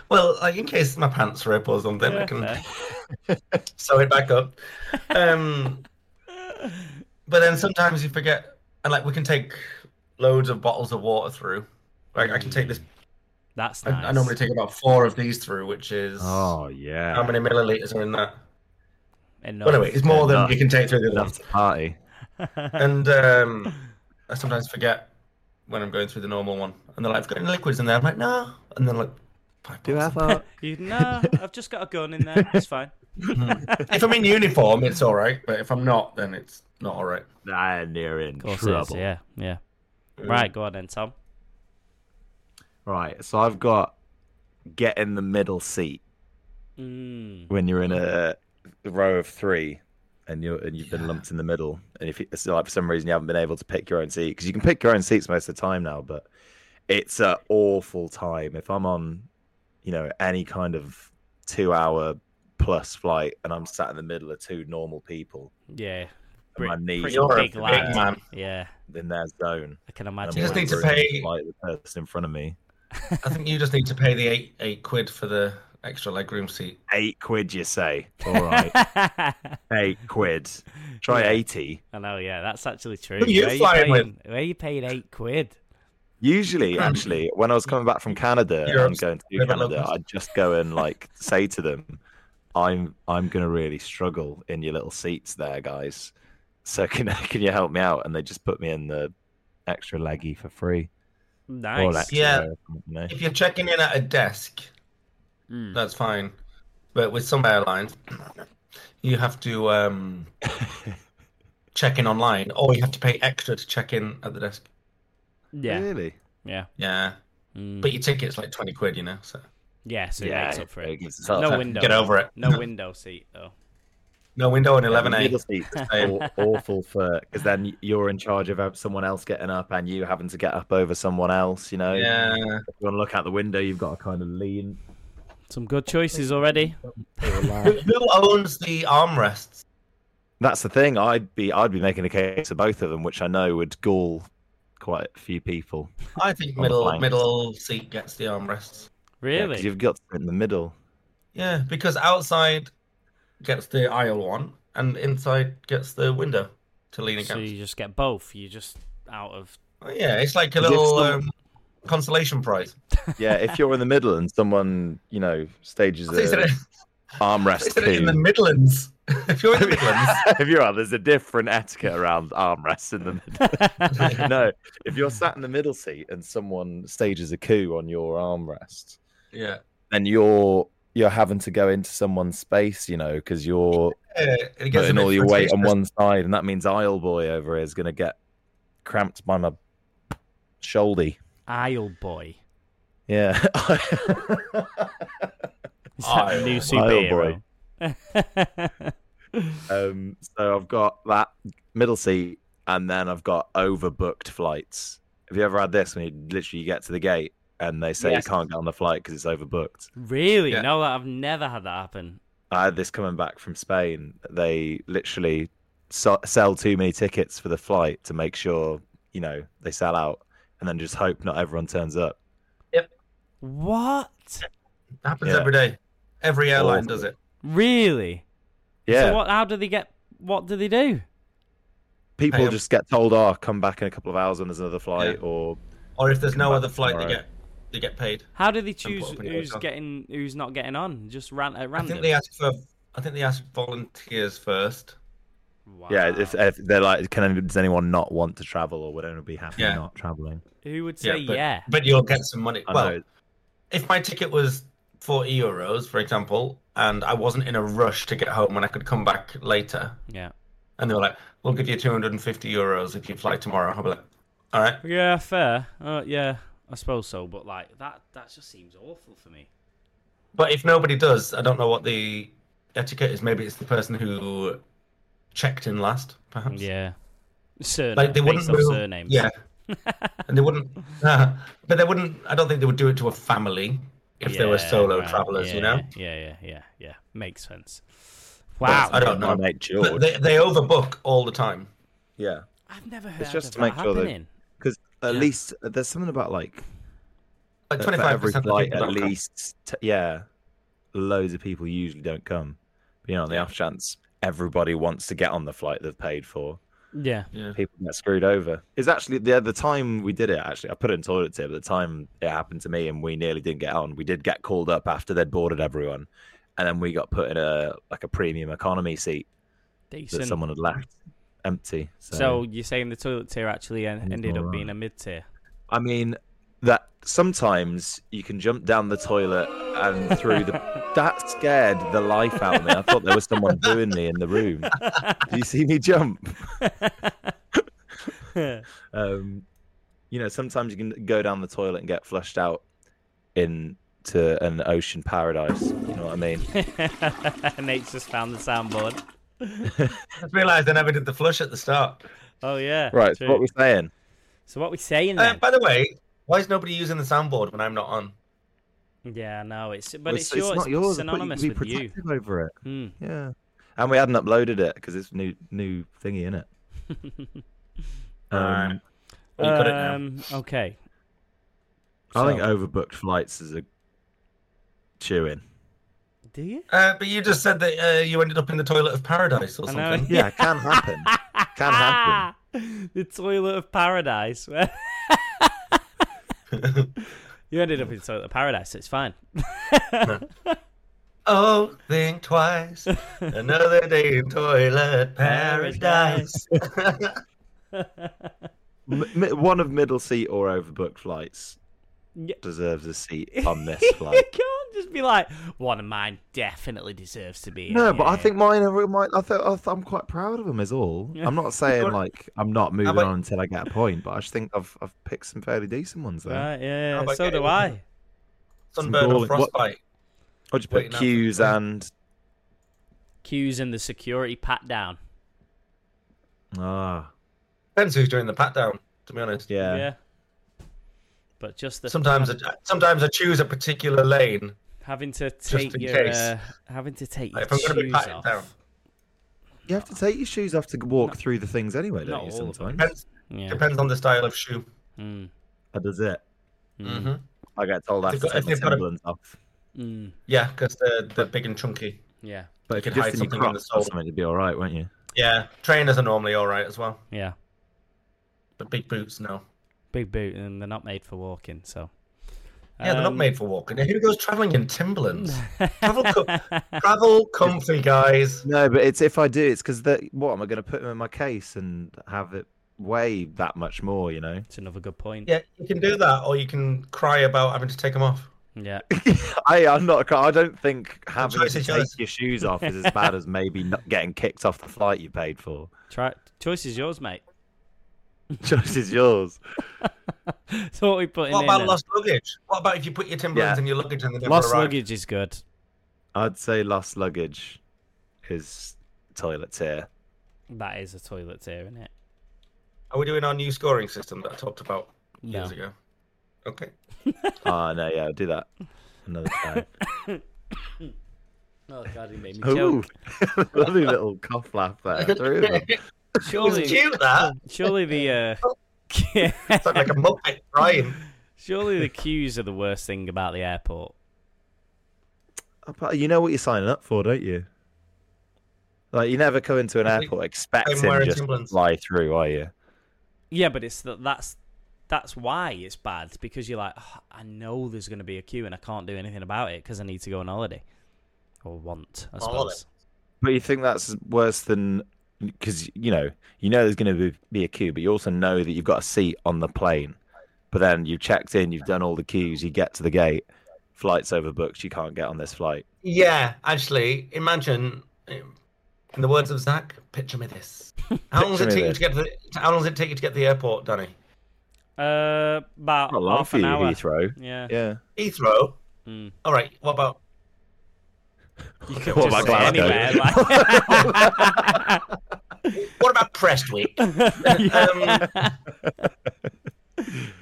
[SPEAKER 2] Well, like in case my pants rip or something, I
[SPEAKER 1] Yeah,
[SPEAKER 2] can sew it back up. Um, but then sometimes you forget, and like we can take loads of bottles of water through. Like I can take this.
[SPEAKER 1] That's
[SPEAKER 2] I,
[SPEAKER 1] nice.
[SPEAKER 2] I normally take about four of these through, which is
[SPEAKER 3] Oh yeah.
[SPEAKER 2] how many milliliters are in that?
[SPEAKER 1] Enough.
[SPEAKER 2] Well, anyway, it's more than
[SPEAKER 3] Enough.
[SPEAKER 2] you can take through the other
[SPEAKER 3] Enough
[SPEAKER 2] ones.
[SPEAKER 3] to party.
[SPEAKER 2] And um, I sometimes forget when I'm going through the normal one, and they're like, "I've got any liquids in there." I'm like, "No," and then like, five
[SPEAKER 3] Do I
[SPEAKER 2] bottles.
[SPEAKER 3] thought?
[SPEAKER 1] You, no, I've just got a gun in there. It's fine.
[SPEAKER 2] if I'm in uniform, it's all right, but if I'm not, then it's not all right.
[SPEAKER 3] Nah, you're in
[SPEAKER 1] Of course it is.
[SPEAKER 3] trouble.
[SPEAKER 1] Yeah, yeah. Right, go on then, Tom.
[SPEAKER 3] Right. So I've got get in the middle seat
[SPEAKER 1] Mm.
[SPEAKER 3] when you're in a row of three, and you are and you've been lumped in the middle. And if you, it's like for some reason you haven't been able to pick your own seat because you can pick your own seats most of the time now, but it's an awful time. If I'm on, you know, any kind of two-hour plus flight, and I'm sat in the middle of two normal people,
[SPEAKER 1] Yeah,
[SPEAKER 3] and my
[SPEAKER 1] Pretty-
[SPEAKER 3] knees
[SPEAKER 1] pretty
[SPEAKER 3] are
[SPEAKER 1] big
[SPEAKER 3] in
[SPEAKER 1] lad.
[SPEAKER 3] their-
[SPEAKER 2] man.
[SPEAKER 1] yeah.
[SPEAKER 3] in their zone.
[SPEAKER 1] I can
[SPEAKER 3] and
[SPEAKER 1] imagine.
[SPEAKER 2] just
[SPEAKER 3] I'm
[SPEAKER 1] that.
[SPEAKER 2] need to
[SPEAKER 3] wondering if
[SPEAKER 2] pay-
[SPEAKER 3] like the person in front of me.
[SPEAKER 2] I think you just need to pay the eight eight quid for the extra legroom seat.
[SPEAKER 3] Eight quid, you say? All right, eight quid. Try
[SPEAKER 1] Yeah.
[SPEAKER 3] eighty.
[SPEAKER 1] I know. Yeah, that's actually true.
[SPEAKER 2] Who you
[SPEAKER 1] where
[SPEAKER 2] flying
[SPEAKER 1] you paying, Where you paying eight quid?
[SPEAKER 3] Usually, actually, when I was coming back from Canada and
[SPEAKER 2] Europe's
[SPEAKER 3] going to
[SPEAKER 2] a bit
[SPEAKER 3] Canada,
[SPEAKER 2] locust.
[SPEAKER 3] I'd just go and like say to them, "I'm I'm gonna really struggle in your little seats there, guys. So can can you help me out?" And they just put me in the extra leggy for free.
[SPEAKER 1] Nice.
[SPEAKER 3] Or extra,
[SPEAKER 2] Yeah.
[SPEAKER 3] you know.
[SPEAKER 2] If you're checking in at a desk,
[SPEAKER 1] Mm.
[SPEAKER 2] that's fine. But with some airlines, you have to um, check in online, or you have to pay extra to check in at the desk.
[SPEAKER 1] Yeah,
[SPEAKER 3] Really?
[SPEAKER 1] yeah.
[SPEAKER 2] Yeah,
[SPEAKER 3] Hmm.
[SPEAKER 1] Mm.
[SPEAKER 2] but your ticket's like twenty quid, you know. So
[SPEAKER 1] yeah, so it makes up for it.
[SPEAKER 3] gives us
[SPEAKER 1] No
[SPEAKER 3] up.
[SPEAKER 2] so
[SPEAKER 1] window.
[SPEAKER 2] Get over it.
[SPEAKER 1] No window seat though.
[SPEAKER 2] No window in eleven
[SPEAKER 3] Yeah,
[SPEAKER 2] eight.
[SPEAKER 3] middle seats is
[SPEAKER 2] Same.
[SPEAKER 3] aw- awful for because then you're in charge of uh, someone else getting up and you having to get up over someone else. You know,
[SPEAKER 2] Yeah,
[SPEAKER 3] if you want to look out the window, you've got to kind of lean.
[SPEAKER 1] Some good choices already.
[SPEAKER 2] who who owns the armrests?
[SPEAKER 3] That's the thing. I'd be I'd be making a case of both of them, which I know would gall quite a few people.
[SPEAKER 2] I think
[SPEAKER 3] On the
[SPEAKER 2] middle
[SPEAKER 3] flanks.
[SPEAKER 2] middle seat gets the armrests.
[SPEAKER 3] Yeah, 'cause
[SPEAKER 1] Really?
[SPEAKER 3] you've got to sit in the middle.
[SPEAKER 2] Yeah, because outside gets the aisle one, and inside gets the window to lean against.
[SPEAKER 1] so you just get both. You just out of
[SPEAKER 2] Oh, Yeah, it's like a
[SPEAKER 3] Is it
[SPEAKER 2] little
[SPEAKER 3] still-
[SPEAKER 2] um, consolation prize.
[SPEAKER 3] Yeah, if you're in the middle and someone you know stages
[SPEAKER 2] I thought you said
[SPEAKER 3] a
[SPEAKER 2] it- I
[SPEAKER 3] armrest
[SPEAKER 2] said it in the
[SPEAKER 3] coup.
[SPEAKER 2] Midlands. if you're in the Midlands,
[SPEAKER 3] if you are, there's a different etiquette around armrests in the middle. no, if you're sat in the middle seat and someone stages a coup on your armrest,
[SPEAKER 2] yeah,
[SPEAKER 3] then you're you're having to go into someone's space, you know, because you're
[SPEAKER 2] it gets a
[SPEAKER 3] putting
[SPEAKER 2] bit
[SPEAKER 3] all your weight on
[SPEAKER 2] frustrating.
[SPEAKER 3] one side, and that means aisle boy over here is going to get cramped by my shoulder.
[SPEAKER 1] Isle Boy.
[SPEAKER 3] Yeah,
[SPEAKER 1] Is that a
[SPEAKER 2] Isle-
[SPEAKER 1] new
[SPEAKER 2] Isle
[SPEAKER 1] superhero?
[SPEAKER 3] um, so I've got that middle seat, and then I've got overbooked flights. Have you ever had this when you literally get to the gate and they say
[SPEAKER 2] Yes.
[SPEAKER 3] you can't get on the flight because it's overbooked?
[SPEAKER 1] really?
[SPEAKER 2] Yeah.
[SPEAKER 1] No, I've never had that happen.
[SPEAKER 3] I had this coming back from Spain. They literally so- sell too many tickets for the flight to make sure you know they sell out, and then just hope not everyone turns up.
[SPEAKER 1] What?
[SPEAKER 2] It happens
[SPEAKER 3] Yeah.
[SPEAKER 2] every day. Every airline
[SPEAKER 3] Awful.
[SPEAKER 2] does it.
[SPEAKER 1] Really?
[SPEAKER 3] Yeah,
[SPEAKER 1] So what? How do they get? What do they do?
[SPEAKER 3] people
[SPEAKER 2] Um,
[SPEAKER 3] just get told, "Oh, come back in a couple of hours when there's another flight,"
[SPEAKER 2] Yeah.
[SPEAKER 3] or
[SPEAKER 2] Or if there's
[SPEAKER 3] Come
[SPEAKER 2] no
[SPEAKER 3] back
[SPEAKER 2] other flight, they
[SPEAKER 3] tomorrow.
[SPEAKER 2] get they get paid.
[SPEAKER 1] How do they
[SPEAKER 2] put
[SPEAKER 1] choose
[SPEAKER 2] up in your
[SPEAKER 1] who's
[SPEAKER 2] hotel.
[SPEAKER 1] getting, who's not getting on? Just ran at
[SPEAKER 2] I
[SPEAKER 1] random.
[SPEAKER 2] think they ask for. I think they ask volunteers first.
[SPEAKER 1] Wow.
[SPEAKER 3] yeah, if, if they're like, "Can any- does anyone not want to travel, or would anyone be happy
[SPEAKER 2] Yeah.
[SPEAKER 3] not traveling?"
[SPEAKER 1] Who would say
[SPEAKER 2] but,
[SPEAKER 1] yeah?
[SPEAKER 2] but you'll get some money.
[SPEAKER 3] I
[SPEAKER 2] well,
[SPEAKER 3] know.
[SPEAKER 2] if my ticket was 40 euros, for example, and I wasn't in a rush to get home and I could come back later,
[SPEAKER 1] Yeah.
[SPEAKER 2] and they were like, we'll give you 250 euros if you fly tomorrow, I'll be like, all right.
[SPEAKER 1] Yeah, fair. Uh, yeah, I suppose so. But like that, that just seems awful for me.
[SPEAKER 2] But if nobody does, I don't know what the etiquette is. Maybe it's the person who checked in last, perhaps.
[SPEAKER 1] Yeah. Surname,
[SPEAKER 2] Like they wouldn't
[SPEAKER 1] based on
[SPEAKER 2] move.
[SPEAKER 1] surnames.
[SPEAKER 2] Yeah. and they wouldn't, uh, but they wouldn't, I don't think they would do it to a family if they were
[SPEAKER 1] Yeah,
[SPEAKER 2] solo
[SPEAKER 1] right,
[SPEAKER 2] travelers,
[SPEAKER 1] yeah,
[SPEAKER 2] you know?
[SPEAKER 1] Yeah, yeah, yeah, yeah. Makes sense.
[SPEAKER 2] Well,
[SPEAKER 1] Wow.
[SPEAKER 2] I don't
[SPEAKER 3] My
[SPEAKER 2] know.
[SPEAKER 3] mate
[SPEAKER 2] But
[SPEAKER 3] George.
[SPEAKER 2] They, they overbook all the time.
[SPEAKER 3] yeah,
[SPEAKER 1] I've never heard
[SPEAKER 3] just
[SPEAKER 1] of
[SPEAKER 3] to
[SPEAKER 1] that
[SPEAKER 3] make sure that-
[SPEAKER 1] happening.
[SPEAKER 3] because at
[SPEAKER 2] Yeah.
[SPEAKER 3] least there's something about like
[SPEAKER 2] Like
[SPEAKER 3] for
[SPEAKER 2] 25%
[SPEAKER 3] every
[SPEAKER 2] of the
[SPEAKER 3] flight
[SPEAKER 2] people
[SPEAKER 3] at
[SPEAKER 2] don't come.
[SPEAKER 3] least t- yeah loads of people usually don't come but you know on the off chance everybody wants to get on the flight they've paid for
[SPEAKER 1] Yeah.
[SPEAKER 2] Yeah.
[SPEAKER 3] people get screwed over. It's actually the the time we did it. Actually, I put it in toilet tip. But the time it happened to me, and we nearly didn't get on. We did get called up after they'd boarded everyone, and then we got put in a like a premium economy seat that
[SPEAKER 1] Decent.
[SPEAKER 3] someone had left empty. So,
[SPEAKER 1] So you're saying the toilet tier actually en-
[SPEAKER 3] Sounds
[SPEAKER 1] ended up
[SPEAKER 3] alright.
[SPEAKER 1] being a mid tier?
[SPEAKER 3] I mean that sometimes you can jump down the toilet and through the that scared the life out of me. I thought there was someone doing me in the room. Did you see me jump? um, you know, sometimes you can go down the toilet and get flushed out into an ocean paradise. You know what I mean?
[SPEAKER 1] Nate's just found the soundboard.
[SPEAKER 2] I just realised I never did the flush at the start.
[SPEAKER 1] Oh yeah.
[SPEAKER 3] Right. So
[SPEAKER 1] true.
[SPEAKER 3] what we're saying?
[SPEAKER 1] So what we saying
[SPEAKER 2] Uh,
[SPEAKER 1] then?
[SPEAKER 2] by the way, why is nobody using the soundboard when I'm not on?
[SPEAKER 1] Yeah, no, it's but
[SPEAKER 3] Well,
[SPEAKER 1] it's, yours.
[SPEAKER 3] not yours. I thought
[SPEAKER 1] synonymous
[SPEAKER 3] you
[SPEAKER 1] with
[SPEAKER 3] could be
[SPEAKER 1] you.
[SPEAKER 3] protective over it.
[SPEAKER 1] Hmm.
[SPEAKER 3] Yeah. And we hadn't uploaded it because it's new new thingy Um, in it.
[SPEAKER 2] Alright. Oh, You got it now.
[SPEAKER 1] Um, okay.
[SPEAKER 3] I think
[SPEAKER 1] So-
[SPEAKER 3] overbooked flights is a chew in.
[SPEAKER 1] Do you?
[SPEAKER 2] Uh, but you just said that uh, you ended up in the toilet of paradise or
[SPEAKER 1] I know.
[SPEAKER 2] something.
[SPEAKER 3] Yeah, it can happen. can happen.
[SPEAKER 1] Ah! the toilet of paradise. you ended up in the toilet of paradise. It's fine.
[SPEAKER 2] Oh, think twice. Another day in toilet paradise.
[SPEAKER 3] M- mi- one of middle seat or overbooked flights
[SPEAKER 1] Yeah.
[SPEAKER 3] deserves a seat on this
[SPEAKER 1] you
[SPEAKER 3] flight.
[SPEAKER 1] can't just be like one of mine definitely deserves to be. in
[SPEAKER 3] No, but I
[SPEAKER 1] here."
[SPEAKER 3] think mine are mine. I th- I th- I'm quite proud of them. Is all. I'm not saying
[SPEAKER 2] You're-
[SPEAKER 3] like I'm not moving
[SPEAKER 2] about-
[SPEAKER 3] on until I get a point, but I just think I've I've picked some fairly decent ones there.
[SPEAKER 1] Right, yeah,
[SPEAKER 2] How about
[SPEAKER 1] so do
[SPEAKER 2] getting-
[SPEAKER 1] I.
[SPEAKER 2] Sunburn or
[SPEAKER 3] Symbolic. What-
[SPEAKER 2] frostbite.
[SPEAKER 3] I'll just
[SPEAKER 2] Wait,
[SPEAKER 3] put
[SPEAKER 2] no.
[SPEAKER 3] queues and
[SPEAKER 1] Q's in the security pat down.
[SPEAKER 3] ah
[SPEAKER 2] Depends who's doing the pat down. To be honest.
[SPEAKER 1] Yeah.
[SPEAKER 3] yeah.
[SPEAKER 1] But just the
[SPEAKER 2] Sometimes, I, sometimes I choose a particular lane.
[SPEAKER 1] having to take
[SPEAKER 2] in
[SPEAKER 1] your
[SPEAKER 2] case.
[SPEAKER 1] uh, having to take your
[SPEAKER 2] Like, if I'm going to be
[SPEAKER 1] shoes
[SPEAKER 2] patted
[SPEAKER 1] off.
[SPEAKER 2] down,
[SPEAKER 3] You have to take your shoes off to walk through the things anyway, don't
[SPEAKER 1] Not
[SPEAKER 3] you?
[SPEAKER 1] all of them.
[SPEAKER 3] Sometimes
[SPEAKER 2] depends,
[SPEAKER 1] Yeah.
[SPEAKER 2] depends on the style of shoe.
[SPEAKER 1] Mm.
[SPEAKER 3] that does it.
[SPEAKER 2] hmm
[SPEAKER 3] I get told I have
[SPEAKER 2] They've got-
[SPEAKER 3] to take my
[SPEAKER 2] they've got a-
[SPEAKER 3] Timberlands off.
[SPEAKER 1] Mm.
[SPEAKER 2] Yeah, because they're, they're big and chunky.
[SPEAKER 1] Yeah.
[SPEAKER 3] But if
[SPEAKER 2] could
[SPEAKER 3] you're
[SPEAKER 2] hide
[SPEAKER 3] just in your
[SPEAKER 2] something in the
[SPEAKER 3] Crocs or
[SPEAKER 2] sole.
[SPEAKER 3] something, you'd be all right, won't you?
[SPEAKER 2] Yeah, trainers are normally all right as well,
[SPEAKER 1] Yeah.
[SPEAKER 2] but big boots no.
[SPEAKER 1] Big boot, and they're not made for walking. So.
[SPEAKER 2] Yeah, they're not
[SPEAKER 1] Um,
[SPEAKER 2] made for walking. Who goes traveling in Timberlands? travel, com- travel comfy, guys.
[SPEAKER 3] No, but it's if I do, it's because what am I going to put them in my case and have it weigh that much more? You know,
[SPEAKER 1] It's another good point.
[SPEAKER 2] Yeah, you can do that, or you can cry about having to take them off.
[SPEAKER 1] Yeah.
[SPEAKER 3] I I'm not. I don't think having
[SPEAKER 2] choice
[SPEAKER 3] to
[SPEAKER 2] is
[SPEAKER 3] take
[SPEAKER 2] yours.
[SPEAKER 3] your shoes off is as bad as maybe not getting kicked off the flight you paid for.
[SPEAKER 1] Try choice is yours, mate.
[SPEAKER 3] Choice is yours.
[SPEAKER 1] So what we put in.
[SPEAKER 2] What about
[SPEAKER 1] there.
[SPEAKER 2] lost luggage? What about if you put your Timberlands
[SPEAKER 3] Yeah.
[SPEAKER 2] in your luggage and they never
[SPEAKER 1] Lost
[SPEAKER 2] arrive?
[SPEAKER 1] luggage is good.
[SPEAKER 3] I'd say lost luggage is toilet tier.
[SPEAKER 1] That is a toilet tier, isn't it?
[SPEAKER 2] Are we doing our new scoring system that I talked about
[SPEAKER 1] No.
[SPEAKER 2] years ago? Okay.
[SPEAKER 3] Ah, no, yeah, I'll do that another time.
[SPEAKER 1] Oh god, he made me
[SPEAKER 3] Ooh,
[SPEAKER 1] choke.
[SPEAKER 3] lovely little cough laugh there. Three of them.
[SPEAKER 2] It's
[SPEAKER 1] Surely,
[SPEAKER 2] cute that.
[SPEAKER 1] surely the
[SPEAKER 2] It's
[SPEAKER 1] uh,
[SPEAKER 2] like a muppet crying.
[SPEAKER 1] surely the queues are the worst thing about the airport.
[SPEAKER 3] But you know what you're signing up for, don't you? Like you never come into an
[SPEAKER 2] Like,
[SPEAKER 3] airport expecting
[SPEAKER 2] wearing
[SPEAKER 3] just to
[SPEAKER 2] Timberlands.
[SPEAKER 3] fly through, are you?
[SPEAKER 1] Yeah, but it's that that's that's why it's bad because you're like, "Oh, I know there's going to be a queue and I can't do anything about it because I need to go on holiday or want, I
[SPEAKER 2] Holiday.
[SPEAKER 1] suppose.
[SPEAKER 3] But you think that's worse than because you know you know there's going to be, be a queue, but you also know that you've got a seat on the plane. But then you've checked in, you've done all the queues, you get to the gate, flight's overbooked, you can't get on this flight.
[SPEAKER 2] Yeah, actually, imagine, um, in the words of Zach, picture me this. How long does it
[SPEAKER 3] Picture
[SPEAKER 2] take
[SPEAKER 3] me
[SPEAKER 2] you to get to the, How long does it take you to get to the airport, Danny?
[SPEAKER 1] Uh, about
[SPEAKER 3] Not long
[SPEAKER 1] half
[SPEAKER 3] for
[SPEAKER 1] an
[SPEAKER 3] you,
[SPEAKER 1] hour.
[SPEAKER 3] Heathrow.
[SPEAKER 1] Yeah.
[SPEAKER 3] Yeah.
[SPEAKER 2] Heathrow.
[SPEAKER 1] Mm.
[SPEAKER 2] All right. What about?
[SPEAKER 1] You could
[SPEAKER 3] What
[SPEAKER 1] just
[SPEAKER 3] about
[SPEAKER 1] say
[SPEAKER 3] Glasgow?
[SPEAKER 1] anywhere. Like...
[SPEAKER 2] What about Prestwick? um,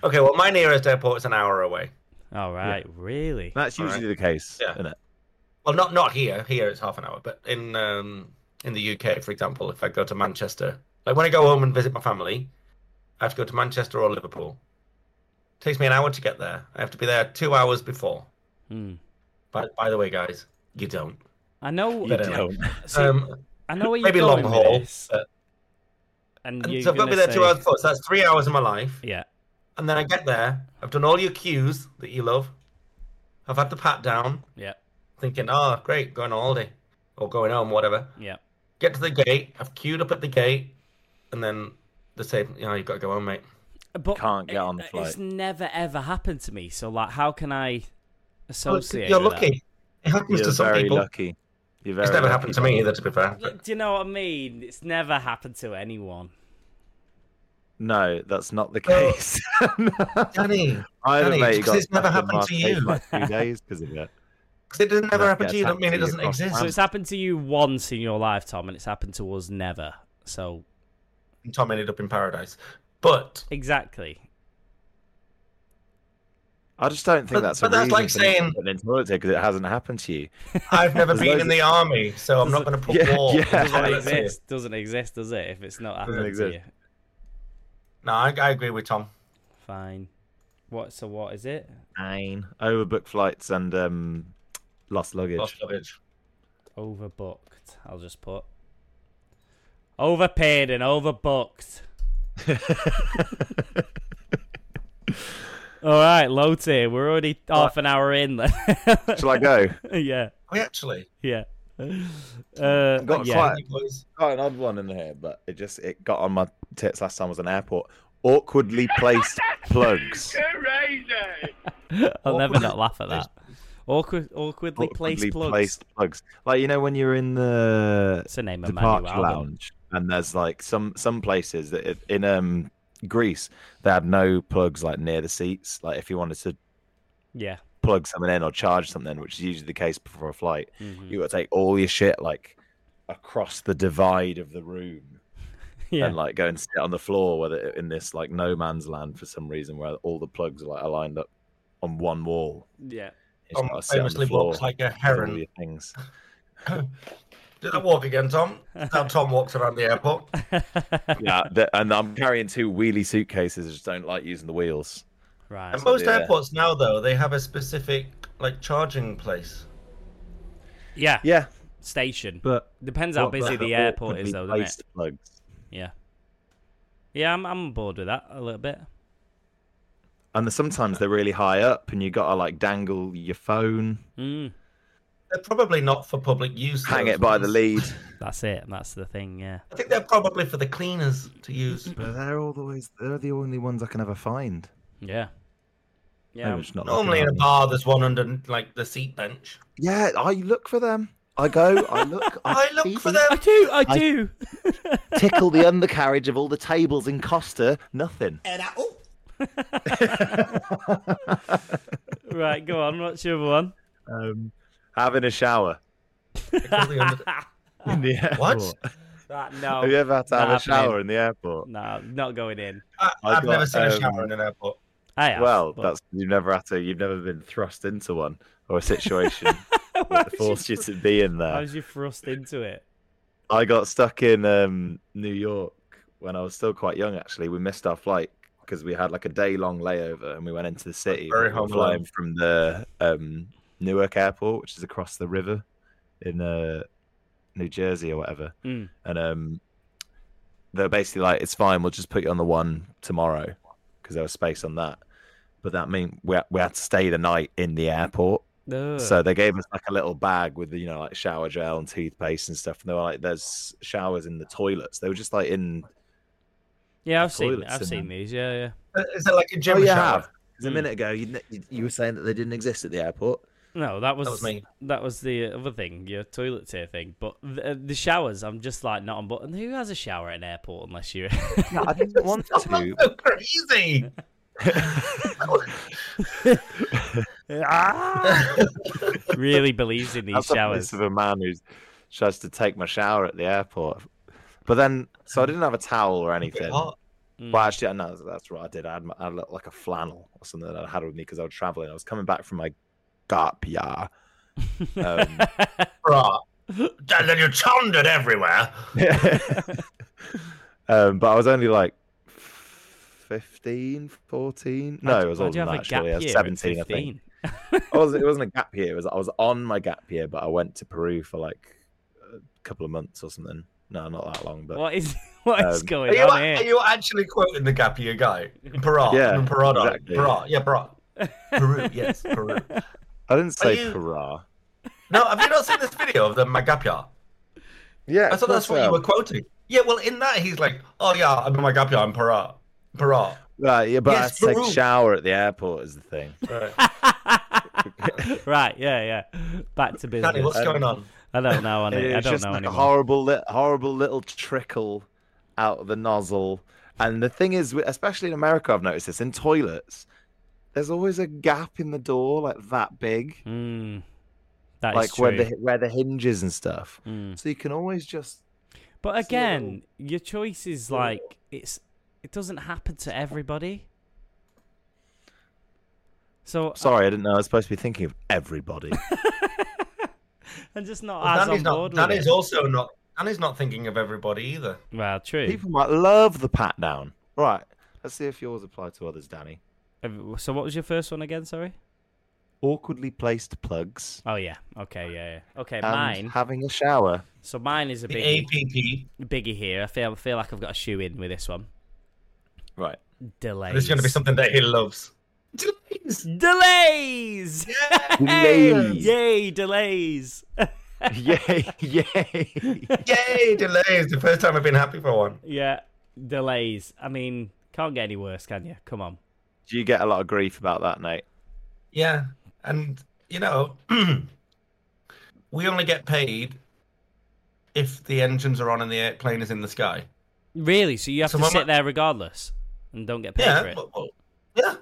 [SPEAKER 2] okay. Well, my nearest airport is an hour away.
[SPEAKER 1] All right, really?
[SPEAKER 3] That's
[SPEAKER 2] All right.
[SPEAKER 3] usually the case,
[SPEAKER 2] Yeah.
[SPEAKER 3] isn't it?
[SPEAKER 2] Well, not not here. Here it's half an hour, but in um, in the UK, for example, if I go to Manchester, like when I go home and visit my family, I have to go to Manchester or Liverpool. takes me an hour to get there. I have to be there two hours before.
[SPEAKER 1] Mm.
[SPEAKER 2] By, by the way, guys, you don't.
[SPEAKER 1] I know.
[SPEAKER 2] You don't.
[SPEAKER 1] See,
[SPEAKER 2] Um,
[SPEAKER 1] I know where you're
[SPEAKER 2] maybe
[SPEAKER 1] going
[SPEAKER 2] long
[SPEAKER 1] with
[SPEAKER 2] haul.
[SPEAKER 1] this.
[SPEAKER 2] but-
[SPEAKER 1] And,
[SPEAKER 2] And
[SPEAKER 1] you're
[SPEAKER 2] so I've got to be
[SPEAKER 1] gonna
[SPEAKER 2] there
[SPEAKER 1] say-
[SPEAKER 2] two hours before, so that's three hours of my life.
[SPEAKER 1] Yeah.
[SPEAKER 2] And then I get there, I've done all your cues that you love. I've had the pat down,
[SPEAKER 1] Yeah.
[SPEAKER 2] thinking, oh, great, going on holiday or going home, whatever.
[SPEAKER 1] Yeah.
[SPEAKER 2] Get to the gate, I've queued up at the gate, and then they say, you know, you've got to go home, mate.
[SPEAKER 1] But
[SPEAKER 3] Can't get on the
[SPEAKER 1] it-
[SPEAKER 3] flight.
[SPEAKER 1] It's never ever happened to me. So like, how can I
[SPEAKER 2] Well,
[SPEAKER 1] associate?
[SPEAKER 2] You're
[SPEAKER 1] with that?
[SPEAKER 2] lucky. It happens
[SPEAKER 3] You're
[SPEAKER 2] to some
[SPEAKER 3] very
[SPEAKER 2] people.
[SPEAKER 3] lucky. You're very
[SPEAKER 2] It's never
[SPEAKER 3] lucky.
[SPEAKER 2] happened to me either, to be fair.
[SPEAKER 1] Look, Do you know what I mean? It's never happened to anyone.
[SPEAKER 3] No, that's not the
[SPEAKER 2] Well,
[SPEAKER 3] case.
[SPEAKER 2] Danny,
[SPEAKER 3] I haven't
[SPEAKER 2] Danny,
[SPEAKER 3] mate,
[SPEAKER 2] it's
[SPEAKER 3] got
[SPEAKER 2] 'cause it's never
[SPEAKER 3] stuck
[SPEAKER 2] happened
[SPEAKER 3] in
[SPEAKER 2] to
[SPEAKER 3] Marseille
[SPEAKER 2] you.
[SPEAKER 3] for like two days 'cause of it.
[SPEAKER 2] because it doesn't ever
[SPEAKER 3] Yeah,
[SPEAKER 2] happen to
[SPEAKER 3] yeah,
[SPEAKER 2] you, don't mean it
[SPEAKER 3] taxi
[SPEAKER 2] doesn't
[SPEAKER 3] across
[SPEAKER 2] exist.
[SPEAKER 1] So it's happened to you once in your life, Tom, and it's happened to us never. So
[SPEAKER 2] Tom ended up in paradise. But
[SPEAKER 1] exactly.
[SPEAKER 3] I just don't think
[SPEAKER 2] But-
[SPEAKER 3] that's
[SPEAKER 2] but
[SPEAKER 3] a
[SPEAKER 2] that's
[SPEAKER 3] reason
[SPEAKER 2] like
[SPEAKER 3] for not
[SPEAKER 2] saying-
[SPEAKER 3] getting into politics because it hasn't happened to you.
[SPEAKER 2] I've never
[SPEAKER 3] There's
[SPEAKER 2] been
[SPEAKER 3] loads
[SPEAKER 2] in the army, so I'm not going to put
[SPEAKER 3] yeah,
[SPEAKER 2] war.
[SPEAKER 3] yeah.
[SPEAKER 2] on
[SPEAKER 1] Doesn't
[SPEAKER 2] it.
[SPEAKER 1] exist. Doesn't exist, does it? If it's not
[SPEAKER 3] Doesn't
[SPEAKER 1] happened to you,
[SPEAKER 3] exist.
[SPEAKER 2] No, I, I agree with Tom.
[SPEAKER 1] fine. What? So what is it?
[SPEAKER 3] Nine overbooked flights and um, lost luggage.
[SPEAKER 2] Lost luggage.
[SPEAKER 1] Overbooked. I'll just put overpaid and overbooked. All right, low tier. We're already half an hour in. then.
[SPEAKER 3] Shall I go?
[SPEAKER 1] yeah,
[SPEAKER 2] We actually
[SPEAKER 1] yeah. Uh,
[SPEAKER 3] Got
[SPEAKER 1] yeah.
[SPEAKER 3] quite-
[SPEAKER 2] you boys-
[SPEAKER 3] Quite an odd one in here, but it just it got on my tits last time I was in an airport. Awkwardly placed plugs.
[SPEAKER 1] I'll never
[SPEAKER 2] Awkward-
[SPEAKER 1] not laugh at that. Awkward, awkwardly placed plugs.
[SPEAKER 3] plugs. Like you know when you're in the
[SPEAKER 1] It's the name of
[SPEAKER 3] the
[SPEAKER 1] my new
[SPEAKER 3] park
[SPEAKER 1] album.
[SPEAKER 3] lounge, and there's like some some places that if- in um Greece they had no plugs like near the seats. Like if you wanted to
[SPEAKER 1] Yeah.
[SPEAKER 3] plug something in or charge something, which is usually the case before a flight,
[SPEAKER 1] Mhm.
[SPEAKER 3] you got to take all your shit like across the divide of the room
[SPEAKER 1] Yeah.
[SPEAKER 3] and like go and sit on the floor, whether in this like no man's land for some reason where all the plugs are like aligned up on one wall.
[SPEAKER 1] yeah.
[SPEAKER 3] You just
[SPEAKER 2] Tom
[SPEAKER 3] gotta sit on the
[SPEAKER 2] famously
[SPEAKER 3] floor
[SPEAKER 2] walks like a
[SPEAKER 3] with all
[SPEAKER 2] heron.
[SPEAKER 3] your things.
[SPEAKER 2] Did I walk again, Tom? That's how Tom walks around the airport.
[SPEAKER 3] yeah, th- and I'm carrying two wheelie suitcases. I just don't like using the wheels.
[SPEAKER 1] Right.
[SPEAKER 2] And most
[SPEAKER 3] yeah.
[SPEAKER 2] airports now, though, they have a specific like charging place.
[SPEAKER 1] Yeah.
[SPEAKER 3] Yeah,
[SPEAKER 1] Station.
[SPEAKER 3] but
[SPEAKER 1] Depends how
[SPEAKER 3] What
[SPEAKER 1] busy the
[SPEAKER 3] awkwardly
[SPEAKER 1] airport is, though, doesn't it?
[SPEAKER 3] placed Plugs.
[SPEAKER 1] Yeah. Yeah, I'm I'm bored with that a little bit.
[SPEAKER 3] And the- sometimes they're really high up, and you gotta like dangle your phone,
[SPEAKER 1] Mm,
[SPEAKER 2] They're probably not for public use.
[SPEAKER 3] hang
[SPEAKER 2] those
[SPEAKER 3] it by
[SPEAKER 2] ones.
[SPEAKER 3] the lead.
[SPEAKER 1] that's it. That's the thing. Yeah.
[SPEAKER 2] I think they're probably for the cleaners to use.
[SPEAKER 3] but they're all the ways, they're the only ones I can ever find.
[SPEAKER 1] Yeah. Yeah.
[SPEAKER 3] Maybe
[SPEAKER 1] I'm-
[SPEAKER 3] it's not looking
[SPEAKER 2] Normally in a
[SPEAKER 3] around.
[SPEAKER 2] bar, there's one under like the seat bench.
[SPEAKER 3] Yeah, I look for them. I go, I look,
[SPEAKER 2] I
[SPEAKER 3] see
[SPEAKER 2] look for them.
[SPEAKER 1] I do. I
[SPEAKER 3] I-
[SPEAKER 1] do.
[SPEAKER 3] Tickle the undercarriage of all the tables in Costa. Nothing.
[SPEAKER 2] oh.
[SPEAKER 1] right. Go on. What's your other one?
[SPEAKER 3] Um, having a shower
[SPEAKER 2] Tickle the under-
[SPEAKER 3] in the airport.
[SPEAKER 2] What?
[SPEAKER 1] That, no.
[SPEAKER 3] Have you ever had to
[SPEAKER 1] Oh, Not
[SPEAKER 3] have a
[SPEAKER 1] happening.
[SPEAKER 3] shower in the airport?
[SPEAKER 1] No. Not going in.
[SPEAKER 2] I,
[SPEAKER 3] I
[SPEAKER 2] I've never
[SPEAKER 3] got,
[SPEAKER 2] seen a
[SPEAKER 3] um,
[SPEAKER 2] shower in an airport.
[SPEAKER 1] I have,
[SPEAKER 3] Well,
[SPEAKER 1] but-
[SPEAKER 3] that's you've never had to. You've never been thrust into one or a situation
[SPEAKER 1] Why
[SPEAKER 3] that
[SPEAKER 1] was
[SPEAKER 3] forced you
[SPEAKER 1] thr-
[SPEAKER 3] to be in
[SPEAKER 1] Why
[SPEAKER 3] there.
[SPEAKER 1] was you thrust into it?
[SPEAKER 3] I got stuck in um, New York when I was still quite young. Actually, we missed our flight because we had like a day long layover and we went into the city.
[SPEAKER 2] very
[SPEAKER 3] but we were
[SPEAKER 2] Home
[SPEAKER 3] flying
[SPEAKER 2] Alone.
[SPEAKER 3] from the um, Newark Airport, which is across the river in uh, New Jersey or whatever.
[SPEAKER 1] Mm.
[SPEAKER 3] And um, they're basically like, "It's fine. We'll just put you on the one tomorrow because there was space on that." But that meant we we had to stay the night in the airport.
[SPEAKER 1] Ugh.
[SPEAKER 3] So they gave us like a little bag with you know like shower gel and toothpaste and stuff, and they were like, "There's showers in the toilets." They were just like in.
[SPEAKER 1] yeah, I've seen.
[SPEAKER 3] toilets
[SPEAKER 1] I've
[SPEAKER 3] in
[SPEAKER 1] seen
[SPEAKER 3] them.
[SPEAKER 1] these. Yeah, yeah.
[SPEAKER 2] Uh, Is it like a gym
[SPEAKER 3] oh, yeah,
[SPEAKER 2] shower?
[SPEAKER 3] have. 'Cause a
[SPEAKER 1] Mm.
[SPEAKER 3] minute ago you, kn- you you were saying that they didn't exist at the airport.
[SPEAKER 1] No, that was
[SPEAKER 2] That was me.
[SPEAKER 1] That was the other thing, your toilet tier thing. But the, uh, the showers, I'm just like not on. But who has a shower at an airport unless you're?
[SPEAKER 3] I didn't want to.
[SPEAKER 2] So crazy.
[SPEAKER 3] Ah,
[SPEAKER 1] really believes in these
[SPEAKER 3] That's the
[SPEAKER 1] showers.
[SPEAKER 3] voice of a man who tries to take my shower at the airport. But then, so I didn't have a towel or anything.
[SPEAKER 2] hot.
[SPEAKER 1] Mm.
[SPEAKER 3] Well, actually, no, that's right. I did. I had, my, I had like a flannel or something that I had with me because I was traveling. I was coming back from my gap year. Um,
[SPEAKER 2] Right. And then you chundered everywhere.
[SPEAKER 3] um, but I was only like 15, 14. No, it was
[SPEAKER 1] Why'd
[SPEAKER 3] older
[SPEAKER 1] you
[SPEAKER 3] than
[SPEAKER 1] have
[SPEAKER 3] that,
[SPEAKER 1] a gap
[SPEAKER 3] actually. I was
[SPEAKER 1] year at
[SPEAKER 3] 17, I think.
[SPEAKER 1] 15?
[SPEAKER 3] I wasn't, it wasn't a gap year. It was, I was on my gap year, but I went to Peru for like a couple of months or something. No, not that long, but
[SPEAKER 1] What is what is
[SPEAKER 3] Um,
[SPEAKER 1] going
[SPEAKER 2] Are you,
[SPEAKER 1] on
[SPEAKER 2] are
[SPEAKER 1] here?
[SPEAKER 2] you actually quoting the gap year guy? Parrot.
[SPEAKER 3] Yeah,
[SPEAKER 2] Yeah. Parrot.
[SPEAKER 3] exactly.
[SPEAKER 2] Parrot. Yeah, Parrot. Peru. Yes, Peru.
[SPEAKER 3] I didn't say
[SPEAKER 2] you-
[SPEAKER 3] hurrah.
[SPEAKER 2] No, have you not seen this video of the my gap year?
[SPEAKER 3] Yeah,
[SPEAKER 2] I thought that's what you were quoting. Yeah, well, in that he's like, oh yeah, I'm in my gap year. I'm Parrot. Parrot.
[SPEAKER 3] Right, yeah, but
[SPEAKER 2] Yes,
[SPEAKER 3] I take
[SPEAKER 2] Peru.
[SPEAKER 3] shower at the airport is the thing.
[SPEAKER 1] right, yeah, yeah. Back to
[SPEAKER 2] Danny,
[SPEAKER 1] business.
[SPEAKER 2] what's going on?
[SPEAKER 1] I don't know on it. I
[SPEAKER 3] it's
[SPEAKER 1] don't
[SPEAKER 3] just
[SPEAKER 1] know
[SPEAKER 3] like a
[SPEAKER 1] anymore.
[SPEAKER 3] horrible, li- horrible little trickle out of the nozzle. And the thing is, especially in America, I've noticed this in toilets. There's always a gap in the door like that big,
[SPEAKER 1] Mm, That is
[SPEAKER 3] like
[SPEAKER 1] true.
[SPEAKER 3] where the where the hinges and stuff.
[SPEAKER 1] Mm.
[SPEAKER 3] So you can always just
[SPEAKER 1] But
[SPEAKER 3] It's a little-
[SPEAKER 1] again, your choice is like it's it doesn't happen to everybody. So
[SPEAKER 3] Sorry, I didn't know. I was supposed to be thinking of everybody.
[SPEAKER 1] I'm just not
[SPEAKER 2] Well,
[SPEAKER 1] as
[SPEAKER 2] Danny's
[SPEAKER 1] on
[SPEAKER 2] not.
[SPEAKER 1] board with
[SPEAKER 2] Danny's
[SPEAKER 1] it.
[SPEAKER 2] also not. Danny's not thinking of everybody either.
[SPEAKER 1] Well, true.
[SPEAKER 3] People might love the pat down. Right. Let's see if yours apply to others, Danny.
[SPEAKER 1] Uh, So what was your first one again? Sorry.
[SPEAKER 3] Awkwardly placed plugs.
[SPEAKER 1] Oh yeah. Okay. Yeah. yeah. Okay.
[SPEAKER 3] and
[SPEAKER 1] mine.
[SPEAKER 3] having a shower.
[SPEAKER 1] So mine is a
[SPEAKER 2] The
[SPEAKER 1] biggie,
[SPEAKER 2] APP.
[SPEAKER 1] biggie here. I feel I feel like I've got a shoe in with this one.
[SPEAKER 3] Right.
[SPEAKER 1] Delays.
[SPEAKER 2] There's going to be something that he loves. Delays.
[SPEAKER 1] delays.
[SPEAKER 2] Yeah.
[SPEAKER 3] Delays.
[SPEAKER 1] Yay! Delays.
[SPEAKER 3] yay, yay.
[SPEAKER 2] Yay, delays. The first time I've been happy for one.
[SPEAKER 1] yeah. Delays. I mean, can't get any worse, can you? Come on.
[SPEAKER 3] Do you get a lot of grief about that, Nate?
[SPEAKER 2] Yeah. And, you know, we only get paid if the engines are on and the airplane is in the sky.
[SPEAKER 1] Really? So you have
[SPEAKER 2] So
[SPEAKER 1] to
[SPEAKER 2] my-
[SPEAKER 1] sit there regardless and don't get paid for
[SPEAKER 2] Yeah.
[SPEAKER 1] it.
[SPEAKER 2] well- well, yeah.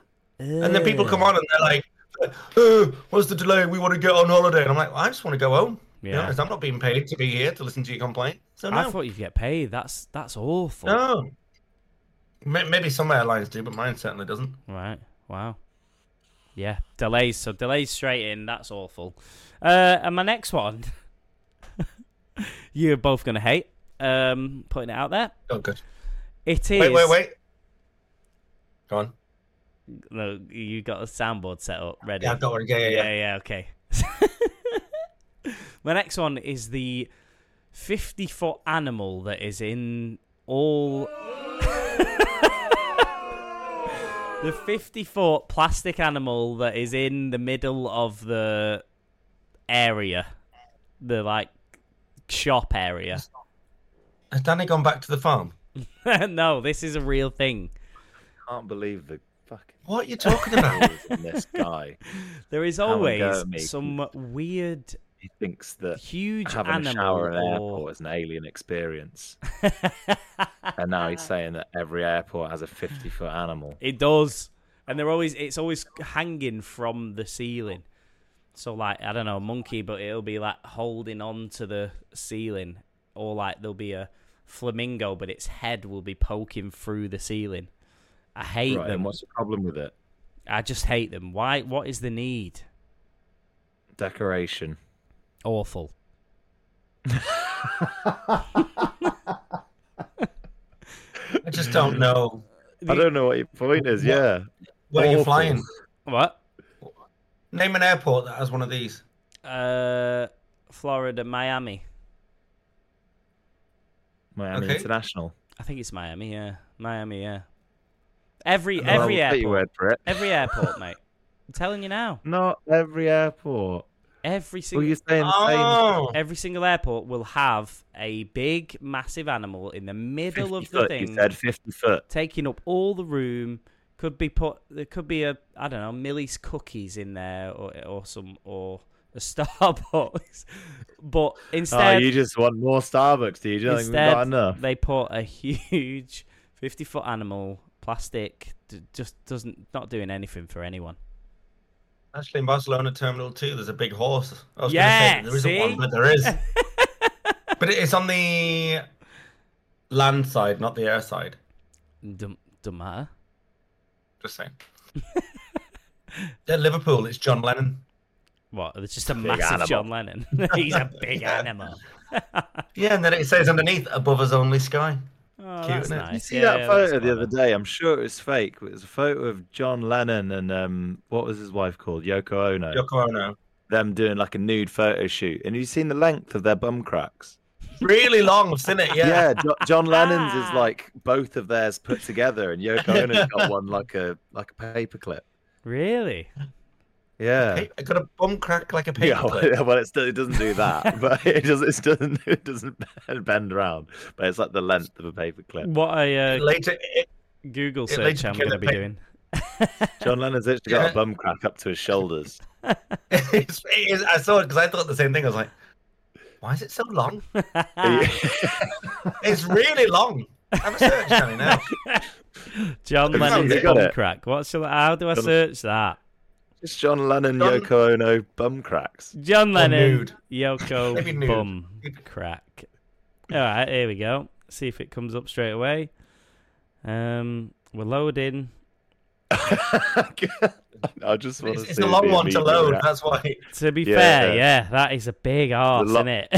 [SPEAKER 2] And then
[SPEAKER 1] Ugh.
[SPEAKER 2] people come on and they're like, oh, what's the delay? We want to get on holiday. And I'm like, I just want to go home. Yeah.
[SPEAKER 1] Yeah.
[SPEAKER 2] I'm not being paid to be here to listen to you complain. So, no.
[SPEAKER 1] I thought you'd get paid. That's that's awful.
[SPEAKER 2] No. May- Maybe some airlines do, but mine certainly doesn't.
[SPEAKER 1] Right. Wow. Yeah. Delays. So delays straight in. That's awful. Uh, and my next one, you're both gonna hate. Um, putting it out there.
[SPEAKER 2] Oh, good.
[SPEAKER 1] It is.
[SPEAKER 2] Wait, wait, wait. Go on.
[SPEAKER 1] No, you got a soundboard set up ready.
[SPEAKER 2] Yeah, I've got one. Yeah, yeah, yeah.
[SPEAKER 1] yeah, yeah, okay. My next one is the 50 foot animal that is in all. the 50 foot plastic animal that is in the middle of the area. The, like, shop area.
[SPEAKER 2] Has Danny gone back to the farm?
[SPEAKER 1] no, this is a real thing.
[SPEAKER 3] Can't believe the fucking
[SPEAKER 2] What are you talking about?
[SPEAKER 3] hours in this guy.
[SPEAKER 1] There is
[SPEAKER 3] Have a go
[SPEAKER 1] always
[SPEAKER 3] at me.
[SPEAKER 1] some weird,
[SPEAKER 3] He thinks that
[SPEAKER 1] huge
[SPEAKER 3] having
[SPEAKER 1] animal.
[SPEAKER 3] a shower at an
[SPEAKER 1] or-
[SPEAKER 3] airport is an alien experience. and now he's saying that every airport has a 50 foot animal.
[SPEAKER 1] It does, and they're always it's always hanging from the ceiling. So like I don't know, a monkey, but it'll be like holding on to the ceiling, or like there'll be a flamingo, but its head will be poking through the ceiling. I hate
[SPEAKER 3] Right, and
[SPEAKER 1] them.
[SPEAKER 3] what's the problem with it?
[SPEAKER 1] I just hate them. Why? What is the need?
[SPEAKER 3] Decoration.
[SPEAKER 1] Awful.
[SPEAKER 2] I just don't know
[SPEAKER 3] I don't know what your point is. Yeah.
[SPEAKER 2] where you're
[SPEAKER 3] Awful.
[SPEAKER 2] flying.
[SPEAKER 1] What?
[SPEAKER 2] Name an airport that has one of these.
[SPEAKER 1] Uh, Florida, Miami.
[SPEAKER 3] Miami
[SPEAKER 2] Okay.
[SPEAKER 3] International.
[SPEAKER 1] I think it's Miami. Yeah, Miami. Yeah. Every
[SPEAKER 2] Well,
[SPEAKER 1] every
[SPEAKER 3] I'll take your
[SPEAKER 1] airport.
[SPEAKER 3] word for it.
[SPEAKER 1] Every airport, mate. I'm telling you now.
[SPEAKER 3] Not every airport.
[SPEAKER 1] Every
[SPEAKER 3] Well,
[SPEAKER 1] single
[SPEAKER 3] you're saying the same.
[SPEAKER 1] Ah,
[SPEAKER 2] Oh,
[SPEAKER 1] every single airport will have a big, massive animal in the middle
[SPEAKER 3] 50
[SPEAKER 1] of the
[SPEAKER 3] foot, you
[SPEAKER 1] thing,
[SPEAKER 3] said 50 foot.
[SPEAKER 1] taking up all the room. Could be put. There could be a I don't know Millie's cookies in there, or or some or a Starbucks. but
[SPEAKER 3] Oh,
[SPEAKER 1] instead,
[SPEAKER 3] you just want more Starbucks, do you? Do you think we've
[SPEAKER 1] instead
[SPEAKER 3] got enough?
[SPEAKER 1] they put a huge fifty foot animal, plastic, d- just doesn't not doing anything for anyone.
[SPEAKER 2] actually, in Barcelona Terminal 2, there's a big horse. I was gonna
[SPEAKER 1] Yeah,
[SPEAKER 2] say there isn't
[SPEAKER 1] see?
[SPEAKER 2] one, but there is. but it's on the land side, not the air side.
[SPEAKER 1] Don't, don't matter.
[SPEAKER 2] Just saying. At Liverpool, it's John Lennon.
[SPEAKER 1] What? It's just a massive
[SPEAKER 3] animal.
[SPEAKER 1] John Lennon. He's a big animal.
[SPEAKER 2] Yeah, and then it says underneath, above us only sky.
[SPEAKER 1] Oh,
[SPEAKER 2] Cute,
[SPEAKER 1] that's
[SPEAKER 2] isn't it?
[SPEAKER 1] nice.
[SPEAKER 3] You see
[SPEAKER 1] Yeah,
[SPEAKER 3] that
[SPEAKER 1] yeah, that's
[SPEAKER 3] photo the
[SPEAKER 1] clever.
[SPEAKER 3] other day? I'm sure it was fake. But it was a photo of John Lennon and um, what was his wife called? Yoko Ono.
[SPEAKER 2] Yoko Ono.
[SPEAKER 3] Them doing like a nude photo shoot. And have you seen the length of their bum cracks? It's
[SPEAKER 2] really long. I've seen it. Yeah.
[SPEAKER 3] Jo- John Lennon's is like both of theirs put together, and Yoko Ono's got one like a like a paperclip.
[SPEAKER 1] Really?
[SPEAKER 3] Yeah.
[SPEAKER 2] Hey, I got a bum crack like a
[SPEAKER 3] Yeah,
[SPEAKER 2] paperclip.
[SPEAKER 3] well, well, it still it doesn't do that, but it doesn't it doesn't it doesn't bend around, but it's like the length of a paperclip.
[SPEAKER 1] What a uh,
[SPEAKER 2] Later, it,
[SPEAKER 1] Google
[SPEAKER 2] it later
[SPEAKER 1] search I'm going
[SPEAKER 2] became
[SPEAKER 1] to
[SPEAKER 2] a
[SPEAKER 1] be
[SPEAKER 2] paper-
[SPEAKER 1] doing.
[SPEAKER 3] John Lennon's actually got
[SPEAKER 2] Yeah.
[SPEAKER 3] a bum crack up to his shoulders.
[SPEAKER 2] it's, it is, I saw it because I thought the same thing. I was like, why is it so long? It's really long. Have a search, Johnny, now.
[SPEAKER 1] John
[SPEAKER 3] Have you found
[SPEAKER 1] Lennon's
[SPEAKER 3] it? Got
[SPEAKER 1] bum
[SPEAKER 3] it?
[SPEAKER 1] crack. What shall, how do I
[SPEAKER 3] John-
[SPEAKER 1] search that?
[SPEAKER 3] It's John Lennon,
[SPEAKER 2] John-
[SPEAKER 3] Yoko Ono bum cracks.
[SPEAKER 1] John Lennon,
[SPEAKER 2] nude. Maybe
[SPEAKER 1] Yoko
[SPEAKER 2] nude.
[SPEAKER 1] bum crack. All right, here we go. See if it comes up straight away. Um, we're loading.
[SPEAKER 3] I just want
[SPEAKER 2] It's,
[SPEAKER 3] to
[SPEAKER 2] it's
[SPEAKER 3] see
[SPEAKER 2] a long
[SPEAKER 3] the
[SPEAKER 2] one to
[SPEAKER 3] immediate
[SPEAKER 2] load.
[SPEAKER 3] reaction.
[SPEAKER 2] That's why.
[SPEAKER 1] To be
[SPEAKER 3] Yeah.
[SPEAKER 1] fair, yeah, that is a big arse,
[SPEAKER 3] lo-
[SPEAKER 1] isn't it?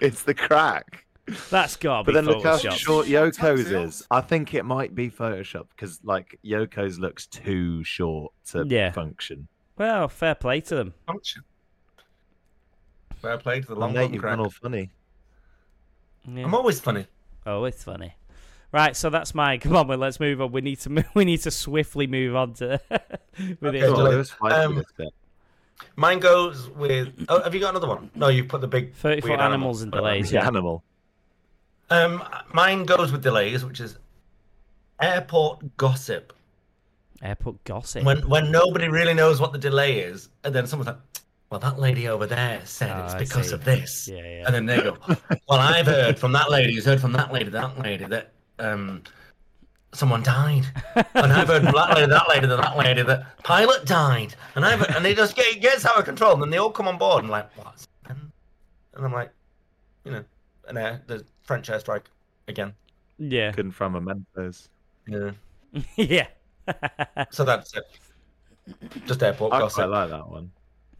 [SPEAKER 3] it's the crack.
[SPEAKER 1] That's gotta be
[SPEAKER 3] But then look how
[SPEAKER 1] Photoshop.
[SPEAKER 3] short Yoko's
[SPEAKER 2] Photoshop.
[SPEAKER 3] is. I think it might be Photoshop because like Yoko's looks too short to
[SPEAKER 1] Yeah.
[SPEAKER 3] function.
[SPEAKER 1] Well, fair play to them.
[SPEAKER 2] Function. Fair play to the
[SPEAKER 3] Long
[SPEAKER 2] long
[SPEAKER 3] Mate,
[SPEAKER 2] one
[SPEAKER 3] you've
[SPEAKER 2] crack.
[SPEAKER 3] gone all funny.
[SPEAKER 1] Yeah.
[SPEAKER 2] I'm always funny.
[SPEAKER 1] Oh, it's funny. Right, so that's mine. Come on, well, let's move on. We need to we need to swiftly move on to with
[SPEAKER 2] Okay,
[SPEAKER 1] this.
[SPEAKER 2] John.
[SPEAKER 1] one.
[SPEAKER 3] there was five
[SPEAKER 2] um,
[SPEAKER 3] minutes there.
[SPEAKER 2] Mine goes with. Oh, have you got another one? No, you put the big.
[SPEAKER 1] Thirty-four
[SPEAKER 2] weird
[SPEAKER 1] animals and delays.
[SPEAKER 3] The
[SPEAKER 1] Yeah.
[SPEAKER 3] animal.
[SPEAKER 2] Um, mine goes with delays, which is airport gossip.
[SPEAKER 1] Airport gossip.
[SPEAKER 2] When when nobody really knows what the delay is, and then someone's like, "Well, that lady over there said
[SPEAKER 1] Oh,
[SPEAKER 2] it's
[SPEAKER 1] I
[SPEAKER 2] because
[SPEAKER 1] see.
[SPEAKER 2] of this,"
[SPEAKER 1] Yeah, yeah.
[SPEAKER 2] and then they go, "Well, I've heard from that lady, who's heard from that lady, that lady that um." Someone died, and I've heard from that lady, that lady, that, that lady, that pilot died, and I've and it just get, it gets out of control, and then they all come on board and like what's happened? and I'm like, you know, an air the French airstrike again,
[SPEAKER 1] yeah,
[SPEAKER 3] Couldn't from mementos.
[SPEAKER 2] yeah.
[SPEAKER 1] yeah.
[SPEAKER 2] So that's it. Just airport
[SPEAKER 3] I
[SPEAKER 2] gossip.
[SPEAKER 3] quite like that one.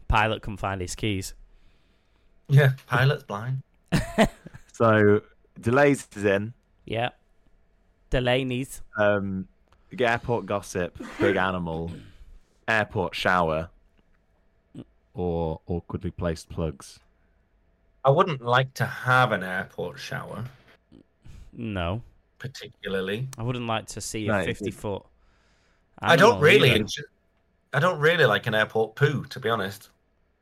[SPEAKER 1] Pilot can find his keys.
[SPEAKER 2] Yeah, pilot's blind.
[SPEAKER 3] So delays is in.
[SPEAKER 1] Yeah. Delay needs.
[SPEAKER 3] Um, airport gossip, big animal, airport shower, or awkwardly placed plugs.
[SPEAKER 2] I wouldn't like to have an airport shower
[SPEAKER 1] No,
[SPEAKER 2] particularly.
[SPEAKER 1] I wouldn't like to see
[SPEAKER 3] No,
[SPEAKER 1] a
[SPEAKER 3] it-
[SPEAKER 1] fifty-foot.
[SPEAKER 2] I don't really.
[SPEAKER 1] either.
[SPEAKER 2] enj- I don't really like an airport poo, to be honest.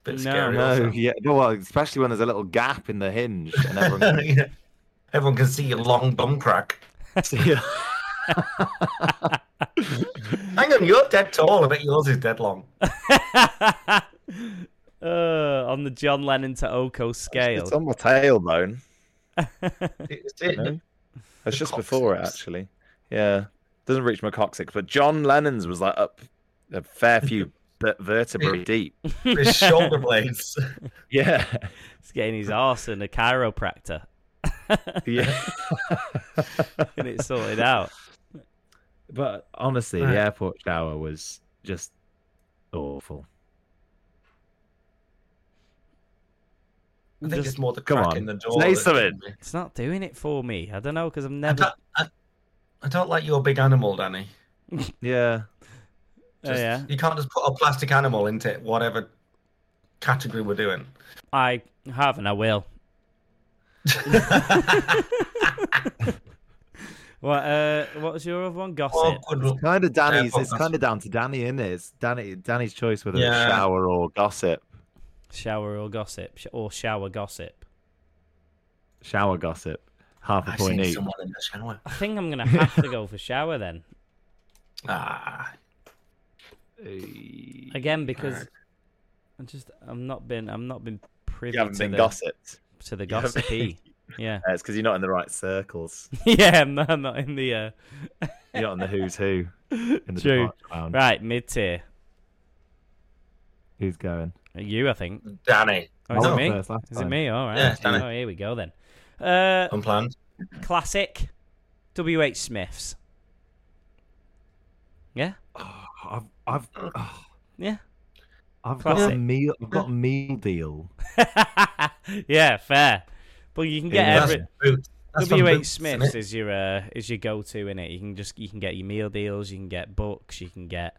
[SPEAKER 2] Bit
[SPEAKER 1] No,
[SPEAKER 2] scary.
[SPEAKER 3] No,
[SPEAKER 2] also.
[SPEAKER 3] yeah, no, well, especially when there's a little gap in the hinge and everyone can
[SPEAKER 2] Yeah. Everyone can see your long bum crack.
[SPEAKER 3] see it.
[SPEAKER 2] Hang on, you're dead tall. I bet yours is dead long.
[SPEAKER 1] uh, on the John Lennon to Oko
[SPEAKER 3] It's
[SPEAKER 1] scale.
[SPEAKER 3] on my tailbone.
[SPEAKER 2] It's- it-
[SPEAKER 3] No? That's
[SPEAKER 2] The
[SPEAKER 3] just before it,
[SPEAKER 2] coccyx.
[SPEAKER 3] actually. Yeah, doesn't reach my coccyx, but John Lennon's was like up a fair few b- vertebrae deep.
[SPEAKER 2] His shoulder blades.
[SPEAKER 3] Yeah,
[SPEAKER 1] He's getting his arse in a chiropractor,
[SPEAKER 3] yeah.
[SPEAKER 1] and it's sorted out.
[SPEAKER 3] But honestly,
[SPEAKER 2] Right.
[SPEAKER 3] the airport shower was just awful.
[SPEAKER 2] I think
[SPEAKER 1] Just-
[SPEAKER 2] it's more the
[SPEAKER 3] come
[SPEAKER 2] crack
[SPEAKER 3] on,
[SPEAKER 2] in the door.
[SPEAKER 3] say
[SPEAKER 2] that-
[SPEAKER 3] something.
[SPEAKER 1] It's not doing it for me. I don't know because I've
[SPEAKER 2] I
[SPEAKER 1] never.
[SPEAKER 2] don't, I, I don't like your big animal, Danny.
[SPEAKER 3] Yeah,
[SPEAKER 1] Oh,
[SPEAKER 2] Just-
[SPEAKER 1] yeah,
[SPEAKER 2] You can't just put a plastic animal into whatever category we're doing.
[SPEAKER 1] I have and I will. what? Uh, what was your other one? Gossip.
[SPEAKER 2] Awkward.
[SPEAKER 3] kind of Danny's.
[SPEAKER 2] Airport
[SPEAKER 3] It's kind of down to Danny, isn't it? It's Danny. Danny's choice whether
[SPEAKER 2] Yeah.
[SPEAKER 3] it's shower or gossip.
[SPEAKER 1] Shower or gossip, Sh- or shower gossip.
[SPEAKER 3] Shower gossip. Half a
[SPEAKER 2] I've
[SPEAKER 3] point
[SPEAKER 2] seen
[SPEAKER 3] each.
[SPEAKER 2] someone in the shower.
[SPEAKER 1] I think I'm gonna have to go for shower then.
[SPEAKER 2] Ah,
[SPEAKER 1] Again because I just I'm not been I'm not been privy
[SPEAKER 3] You haven't
[SPEAKER 1] to
[SPEAKER 3] been
[SPEAKER 1] the
[SPEAKER 3] gossiped.
[SPEAKER 1] to the
[SPEAKER 3] You haven't-
[SPEAKER 1] gossipy. yeah,
[SPEAKER 3] Uh, it's because you're not in the right circles.
[SPEAKER 1] yeah. I'm not, I'm not in the uh...
[SPEAKER 3] You're not in the who's who. In the
[SPEAKER 1] True.
[SPEAKER 3] department round.
[SPEAKER 1] right mid tier.
[SPEAKER 3] Who's going?
[SPEAKER 1] You, I think.
[SPEAKER 2] Danny,
[SPEAKER 1] Oh, is
[SPEAKER 2] I
[SPEAKER 1] it
[SPEAKER 2] went
[SPEAKER 1] me?
[SPEAKER 3] first last
[SPEAKER 1] Is it
[SPEAKER 3] time.
[SPEAKER 1] me? All right.
[SPEAKER 2] Yeah, it's Danny.
[SPEAKER 1] oh, here we go then. Uh,
[SPEAKER 2] unplanned.
[SPEAKER 1] classic. W. H. Smiths. Yeah,
[SPEAKER 3] Oh, I've I've oh,
[SPEAKER 1] yeah,
[SPEAKER 3] I've got
[SPEAKER 1] Classic.
[SPEAKER 3] a meal. I've got a meal deal.
[SPEAKER 1] yeah. Fair, but you can get
[SPEAKER 3] Yeah,
[SPEAKER 1] every.
[SPEAKER 2] That's boots. That's from
[SPEAKER 1] W. H.
[SPEAKER 2] Boots, isn't
[SPEAKER 1] Smiths
[SPEAKER 2] it?
[SPEAKER 1] is your uh, is your go to in it. You can just you can get your meal deals, you can get books, you can get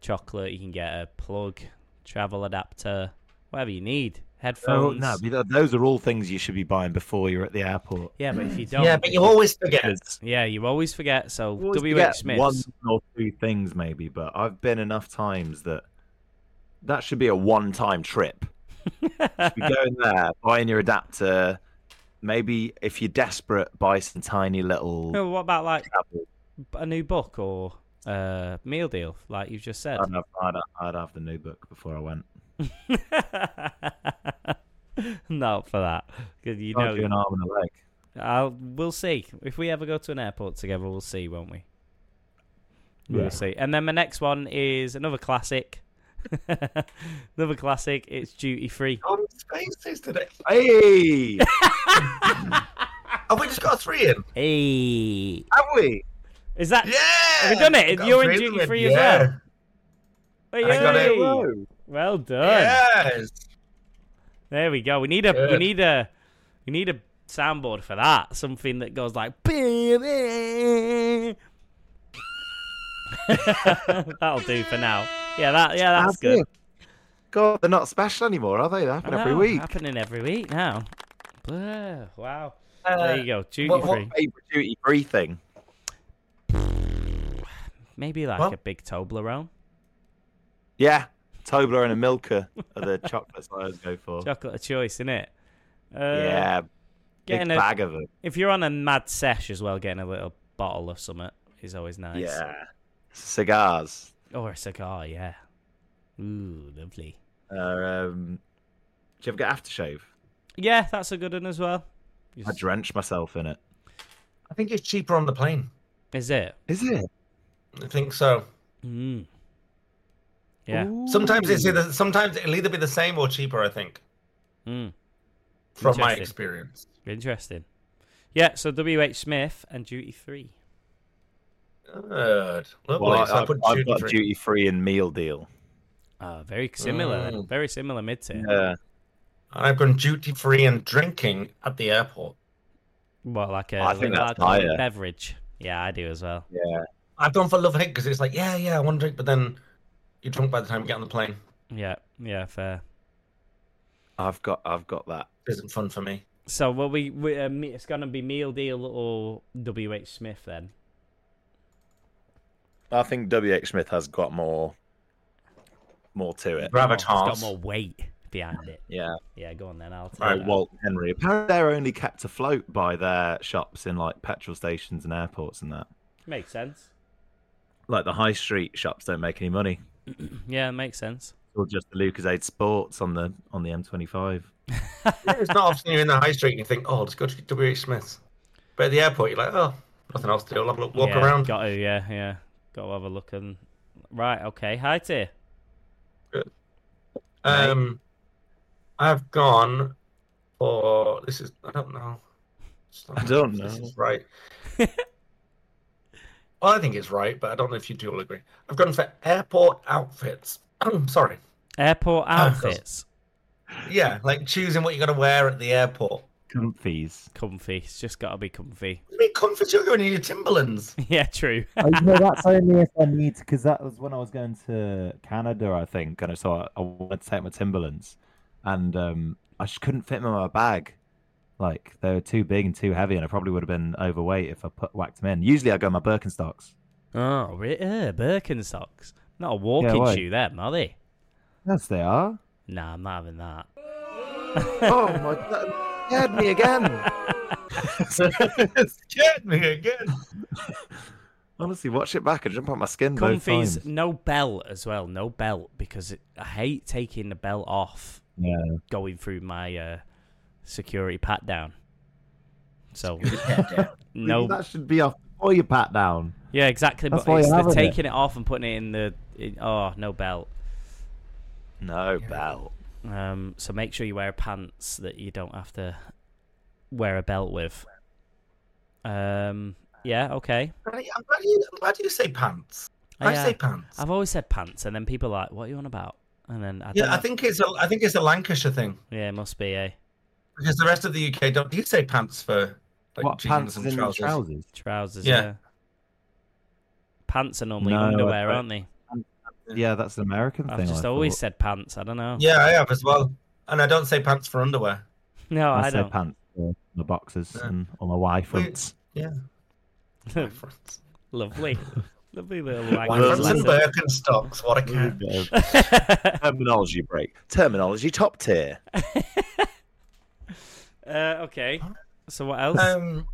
[SPEAKER 1] chocolate, you can get a plug, travel adapter, whatever you need.
[SPEAKER 3] Oh,
[SPEAKER 1] headphones.
[SPEAKER 3] no, but th- those are all things you should be buying before you're at the airport.
[SPEAKER 1] Yeah, but if you don't,
[SPEAKER 2] yeah, but you always forget.
[SPEAKER 3] Because
[SPEAKER 1] yeah, you always forget. So
[SPEAKER 3] you always
[SPEAKER 1] W. H.
[SPEAKER 3] forget
[SPEAKER 1] Smith.
[SPEAKER 3] One or two things, maybe, but I've been enough times that that should be a one time trip. you go in there, buying your adapter. Maybe if you're desperate, buy some tiny little.
[SPEAKER 1] No, what about like
[SPEAKER 3] tablets.
[SPEAKER 1] a new book or uh, meal deal, like you've just said?
[SPEAKER 3] I'd have, I'd, I'd have the new book before I went.
[SPEAKER 1] Not for that. 'Cause You
[SPEAKER 3] Charge you
[SPEAKER 1] know,
[SPEAKER 3] an arm and a leg.
[SPEAKER 1] I'll, we'll see. If we ever go to an airport together, we'll see, won't we? We'll
[SPEAKER 3] Yeah.
[SPEAKER 1] see. And then my next one is another classic. another classic. It's duty free.
[SPEAKER 2] Tom Spacey's today.
[SPEAKER 3] Hey,
[SPEAKER 2] Have we just got a three in?
[SPEAKER 1] Hey,
[SPEAKER 3] have we?
[SPEAKER 1] is that?
[SPEAKER 2] Yeah.
[SPEAKER 1] Have we done it?
[SPEAKER 2] Got
[SPEAKER 1] You're in
[SPEAKER 2] three
[SPEAKER 1] duty free
[SPEAKER 2] yeah.
[SPEAKER 1] as well. Hey,
[SPEAKER 2] I got it.
[SPEAKER 1] hey.
[SPEAKER 3] Whoa.
[SPEAKER 1] Well done.
[SPEAKER 2] Yes.
[SPEAKER 1] There we go. We need a we
[SPEAKER 2] Good.
[SPEAKER 1] need a we need a soundboard for that. Something that goes like baby. That'll do for now. Yeah, that yeah, that's
[SPEAKER 3] Have
[SPEAKER 1] good.
[SPEAKER 3] you? God, they're not special anymore, are they? They happen
[SPEAKER 1] I
[SPEAKER 3] every
[SPEAKER 1] know,
[SPEAKER 3] week.
[SPEAKER 1] Happening every week now. Blah, wow. there
[SPEAKER 2] Uh,
[SPEAKER 1] you go. Duty
[SPEAKER 2] what- what-
[SPEAKER 1] free.
[SPEAKER 3] Favorite duty free thing.
[SPEAKER 1] Maybe like
[SPEAKER 2] Well-
[SPEAKER 1] a big Toblerone.
[SPEAKER 3] Yeah, Toblerone and Milka are the chocolates I always go for.
[SPEAKER 1] Chocolate of choice, innit? Uh,
[SPEAKER 3] yeah, big
[SPEAKER 1] Getting a,
[SPEAKER 3] bag of them.
[SPEAKER 1] if you're on a mad sesh as well, getting a little bottle of something is always nice.
[SPEAKER 3] Yeah, cigars.
[SPEAKER 1] Or a cigar, yeah. Ooh, lovely.
[SPEAKER 3] Uh, um, do you ever get aftershave?
[SPEAKER 1] Yeah, that's a good one as well.
[SPEAKER 3] I drench myself in it.
[SPEAKER 2] I think it's cheaper on the plane.
[SPEAKER 1] Is it?
[SPEAKER 3] Is it?
[SPEAKER 2] I think so.
[SPEAKER 1] Mm. Yeah.
[SPEAKER 2] Sometimes it's either sometimes it'll either be the same or cheaper. I think
[SPEAKER 1] Mm.
[SPEAKER 2] from my
[SPEAKER 1] Interesting.
[SPEAKER 2] experience.
[SPEAKER 1] Interesting. Yeah, so WH Smith and Duty Free.
[SPEAKER 2] Good. Lovely.
[SPEAKER 3] Well, I,
[SPEAKER 2] so I, put
[SPEAKER 3] have
[SPEAKER 2] duty
[SPEAKER 3] got
[SPEAKER 2] free.
[SPEAKER 3] duty free and meal deal.
[SPEAKER 1] Ah, very similar. then.
[SPEAKER 2] Mm.
[SPEAKER 1] Very similar mid tier.
[SPEAKER 3] Yeah,
[SPEAKER 2] And I've gone duty free and drinking at the airport.
[SPEAKER 1] Well, like a
[SPEAKER 3] I think
[SPEAKER 1] little
[SPEAKER 3] that's
[SPEAKER 1] alcoholic
[SPEAKER 3] higher.
[SPEAKER 1] beverage. Yeah, I do as well.
[SPEAKER 3] yeah.
[SPEAKER 2] I've gone for love and hate because it's like, yeah, yeah, I want to drink, but then you're drunk by the time you get on the plane.
[SPEAKER 1] Yeah, yeah, fair.
[SPEAKER 3] I've got, I've got that.
[SPEAKER 2] It isn't fun for me.
[SPEAKER 1] So, will we? we um, it's gonna be meal deal or WH Smith then.
[SPEAKER 3] I think WH Smith has got more, more to it.
[SPEAKER 1] More- it's got
[SPEAKER 2] Gravitas.
[SPEAKER 1] more weight behind it.
[SPEAKER 3] Yeah.
[SPEAKER 1] Yeah, go on then. I'll. take
[SPEAKER 2] Right,
[SPEAKER 1] that.
[SPEAKER 3] Walt Henry. Apparently, they're only kept afloat by their shops in like petrol stations and airports and that.
[SPEAKER 1] Makes sense.
[SPEAKER 3] Like the high street shops don't make any money.
[SPEAKER 1] Yeah, makes sense.
[SPEAKER 3] Or just the Lucasade Sports on the on the M25.
[SPEAKER 2] it's not often you're in the high street and you think, oh, let's go to WH Smith's. But at the airport, you're like, oh, nothing else to do. I'll have a look- walk
[SPEAKER 1] Yeah,
[SPEAKER 2] around.
[SPEAKER 1] Got to, yeah, yeah. Got to have a look and right. Okay, hi tier.
[SPEAKER 2] Um, I've gone for this is I don't know. It's not-
[SPEAKER 3] I don't
[SPEAKER 2] if This
[SPEAKER 3] know.
[SPEAKER 2] is right. well, I think it's right, but I don't know if you two will agree. I've gone for airport outfits. Oh, Sorry.
[SPEAKER 1] Airport
[SPEAKER 2] Ah, of course.
[SPEAKER 1] outfits,
[SPEAKER 2] Yeah, like choosing what you're gonna wear at the airport.
[SPEAKER 3] Comfies.
[SPEAKER 1] comfy. It's just got to be comfy.
[SPEAKER 2] I mean, comfort. You're going in your Timberlands.
[SPEAKER 1] yeah, true.
[SPEAKER 3] oh, no, that's only if I need because that was when I was going to Canada, I think, and I saw I wanted to take my Timberlands, and um, I just couldn't fit them in my bag. Like they were too big and too heavy, and I probably would have been overweight if I put whacked them in. Usually, I go in my Birkenstocks.
[SPEAKER 1] Oh, re- uh, Birkenstocks. Not a walking
[SPEAKER 3] why?
[SPEAKER 1] shoe, them are they?
[SPEAKER 3] Yes, they are.
[SPEAKER 1] Nah, I'm not having that.
[SPEAKER 3] oh my! That scared me again.
[SPEAKER 2] Get me again.
[SPEAKER 3] Honestly, watch it back. I jump on my skin both times.
[SPEAKER 1] Comfies, no belt as well. No belt because it, I hate taking the belt off.
[SPEAKER 3] Yeah.
[SPEAKER 1] Going through my uh, security pat down. So no,
[SPEAKER 3] that should be off before you pat down.
[SPEAKER 1] Yeah, exactly.
[SPEAKER 3] That's
[SPEAKER 1] but
[SPEAKER 3] why
[SPEAKER 1] it's
[SPEAKER 3] you
[SPEAKER 1] the
[SPEAKER 3] have it.
[SPEAKER 1] taking it off and putting it in the in, oh no belt.
[SPEAKER 3] No belt.
[SPEAKER 1] Um, so make sure you wear pants that you don't have to wear a belt with. Um, yeah, okay.
[SPEAKER 2] I'm glad you, I'm glad you say pants.
[SPEAKER 1] I,
[SPEAKER 2] I,
[SPEAKER 1] uh,
[SPEAKER 2] say pants.
[SPEAKER 1] I've always said pants, and then people are like, "What are you on about?" And then I don't
[SPEAKER 2] yeah, I
[SPEAKER 1] know.
[SPEAKER 2] think it's a I think it's a Lancashire thing
[SPEAKER 1] yeah, it must be eh? a
[SPEAKER 2] because the rest of the UK don't. Do you say pants for like
[SPEAKER 3] what
[SPEAKER 2] jeans
[SPEAKER 3] pants
[SPEAKER 2] and
[SPEAKER 3] is in
[SPEAKER 2] trousers?
[SPEAKER 3] trousers?
[SPEAKER 1] trousers. Yeah.
[SPEAKER 2] Yeah.
[SPEAKER 1] Pants are normally
[SPEAKER 3] No, I
[SPEAKER 1] underwear,
[SPEAKER 3] don't-
[SPEAKER 1] aren't they?
[SPEAKER 3] Yeah, that's an American
[SPEAKER 1] I've
[SPEAKER 3] thing.
[SPEAKER 1] just
[SPEAKER 3] I
[SPEAKER 1] always
[SPEAKER 3] thought.
[SPEAKER 1] said pants. I don't know.
[SPEAKER 2] Yeah, I have as well. And I don't say pants for underwear.
[SPEAKER 1] No, I,
[SPEAKER 3] I, say
[SPEAKER 1] don't.
[SPEAKER 3] pants for my boxers
[SPEAKER 2] Yeah.
[SPEAKER 3] and all my wife
[SPEAKER 2] We-
[SPEAKER 3] fronts.
[SPEAKER 1] Lovely. Lovely little language.
[SPEAKER 3] Well,
[SPEAKER 2] Fronts
[SPEAKER 3] that's
[SPEAKER 2] and
[SPEAKER 1] lesson.
[SPEAKER 2] Birkenstocks, what a catch.
[SPEAKER 3] Bit of Terminology break. Terminology top tier.
[SPEAKER 1] uh, okay. So what else?
[SPEAKER 2] Um,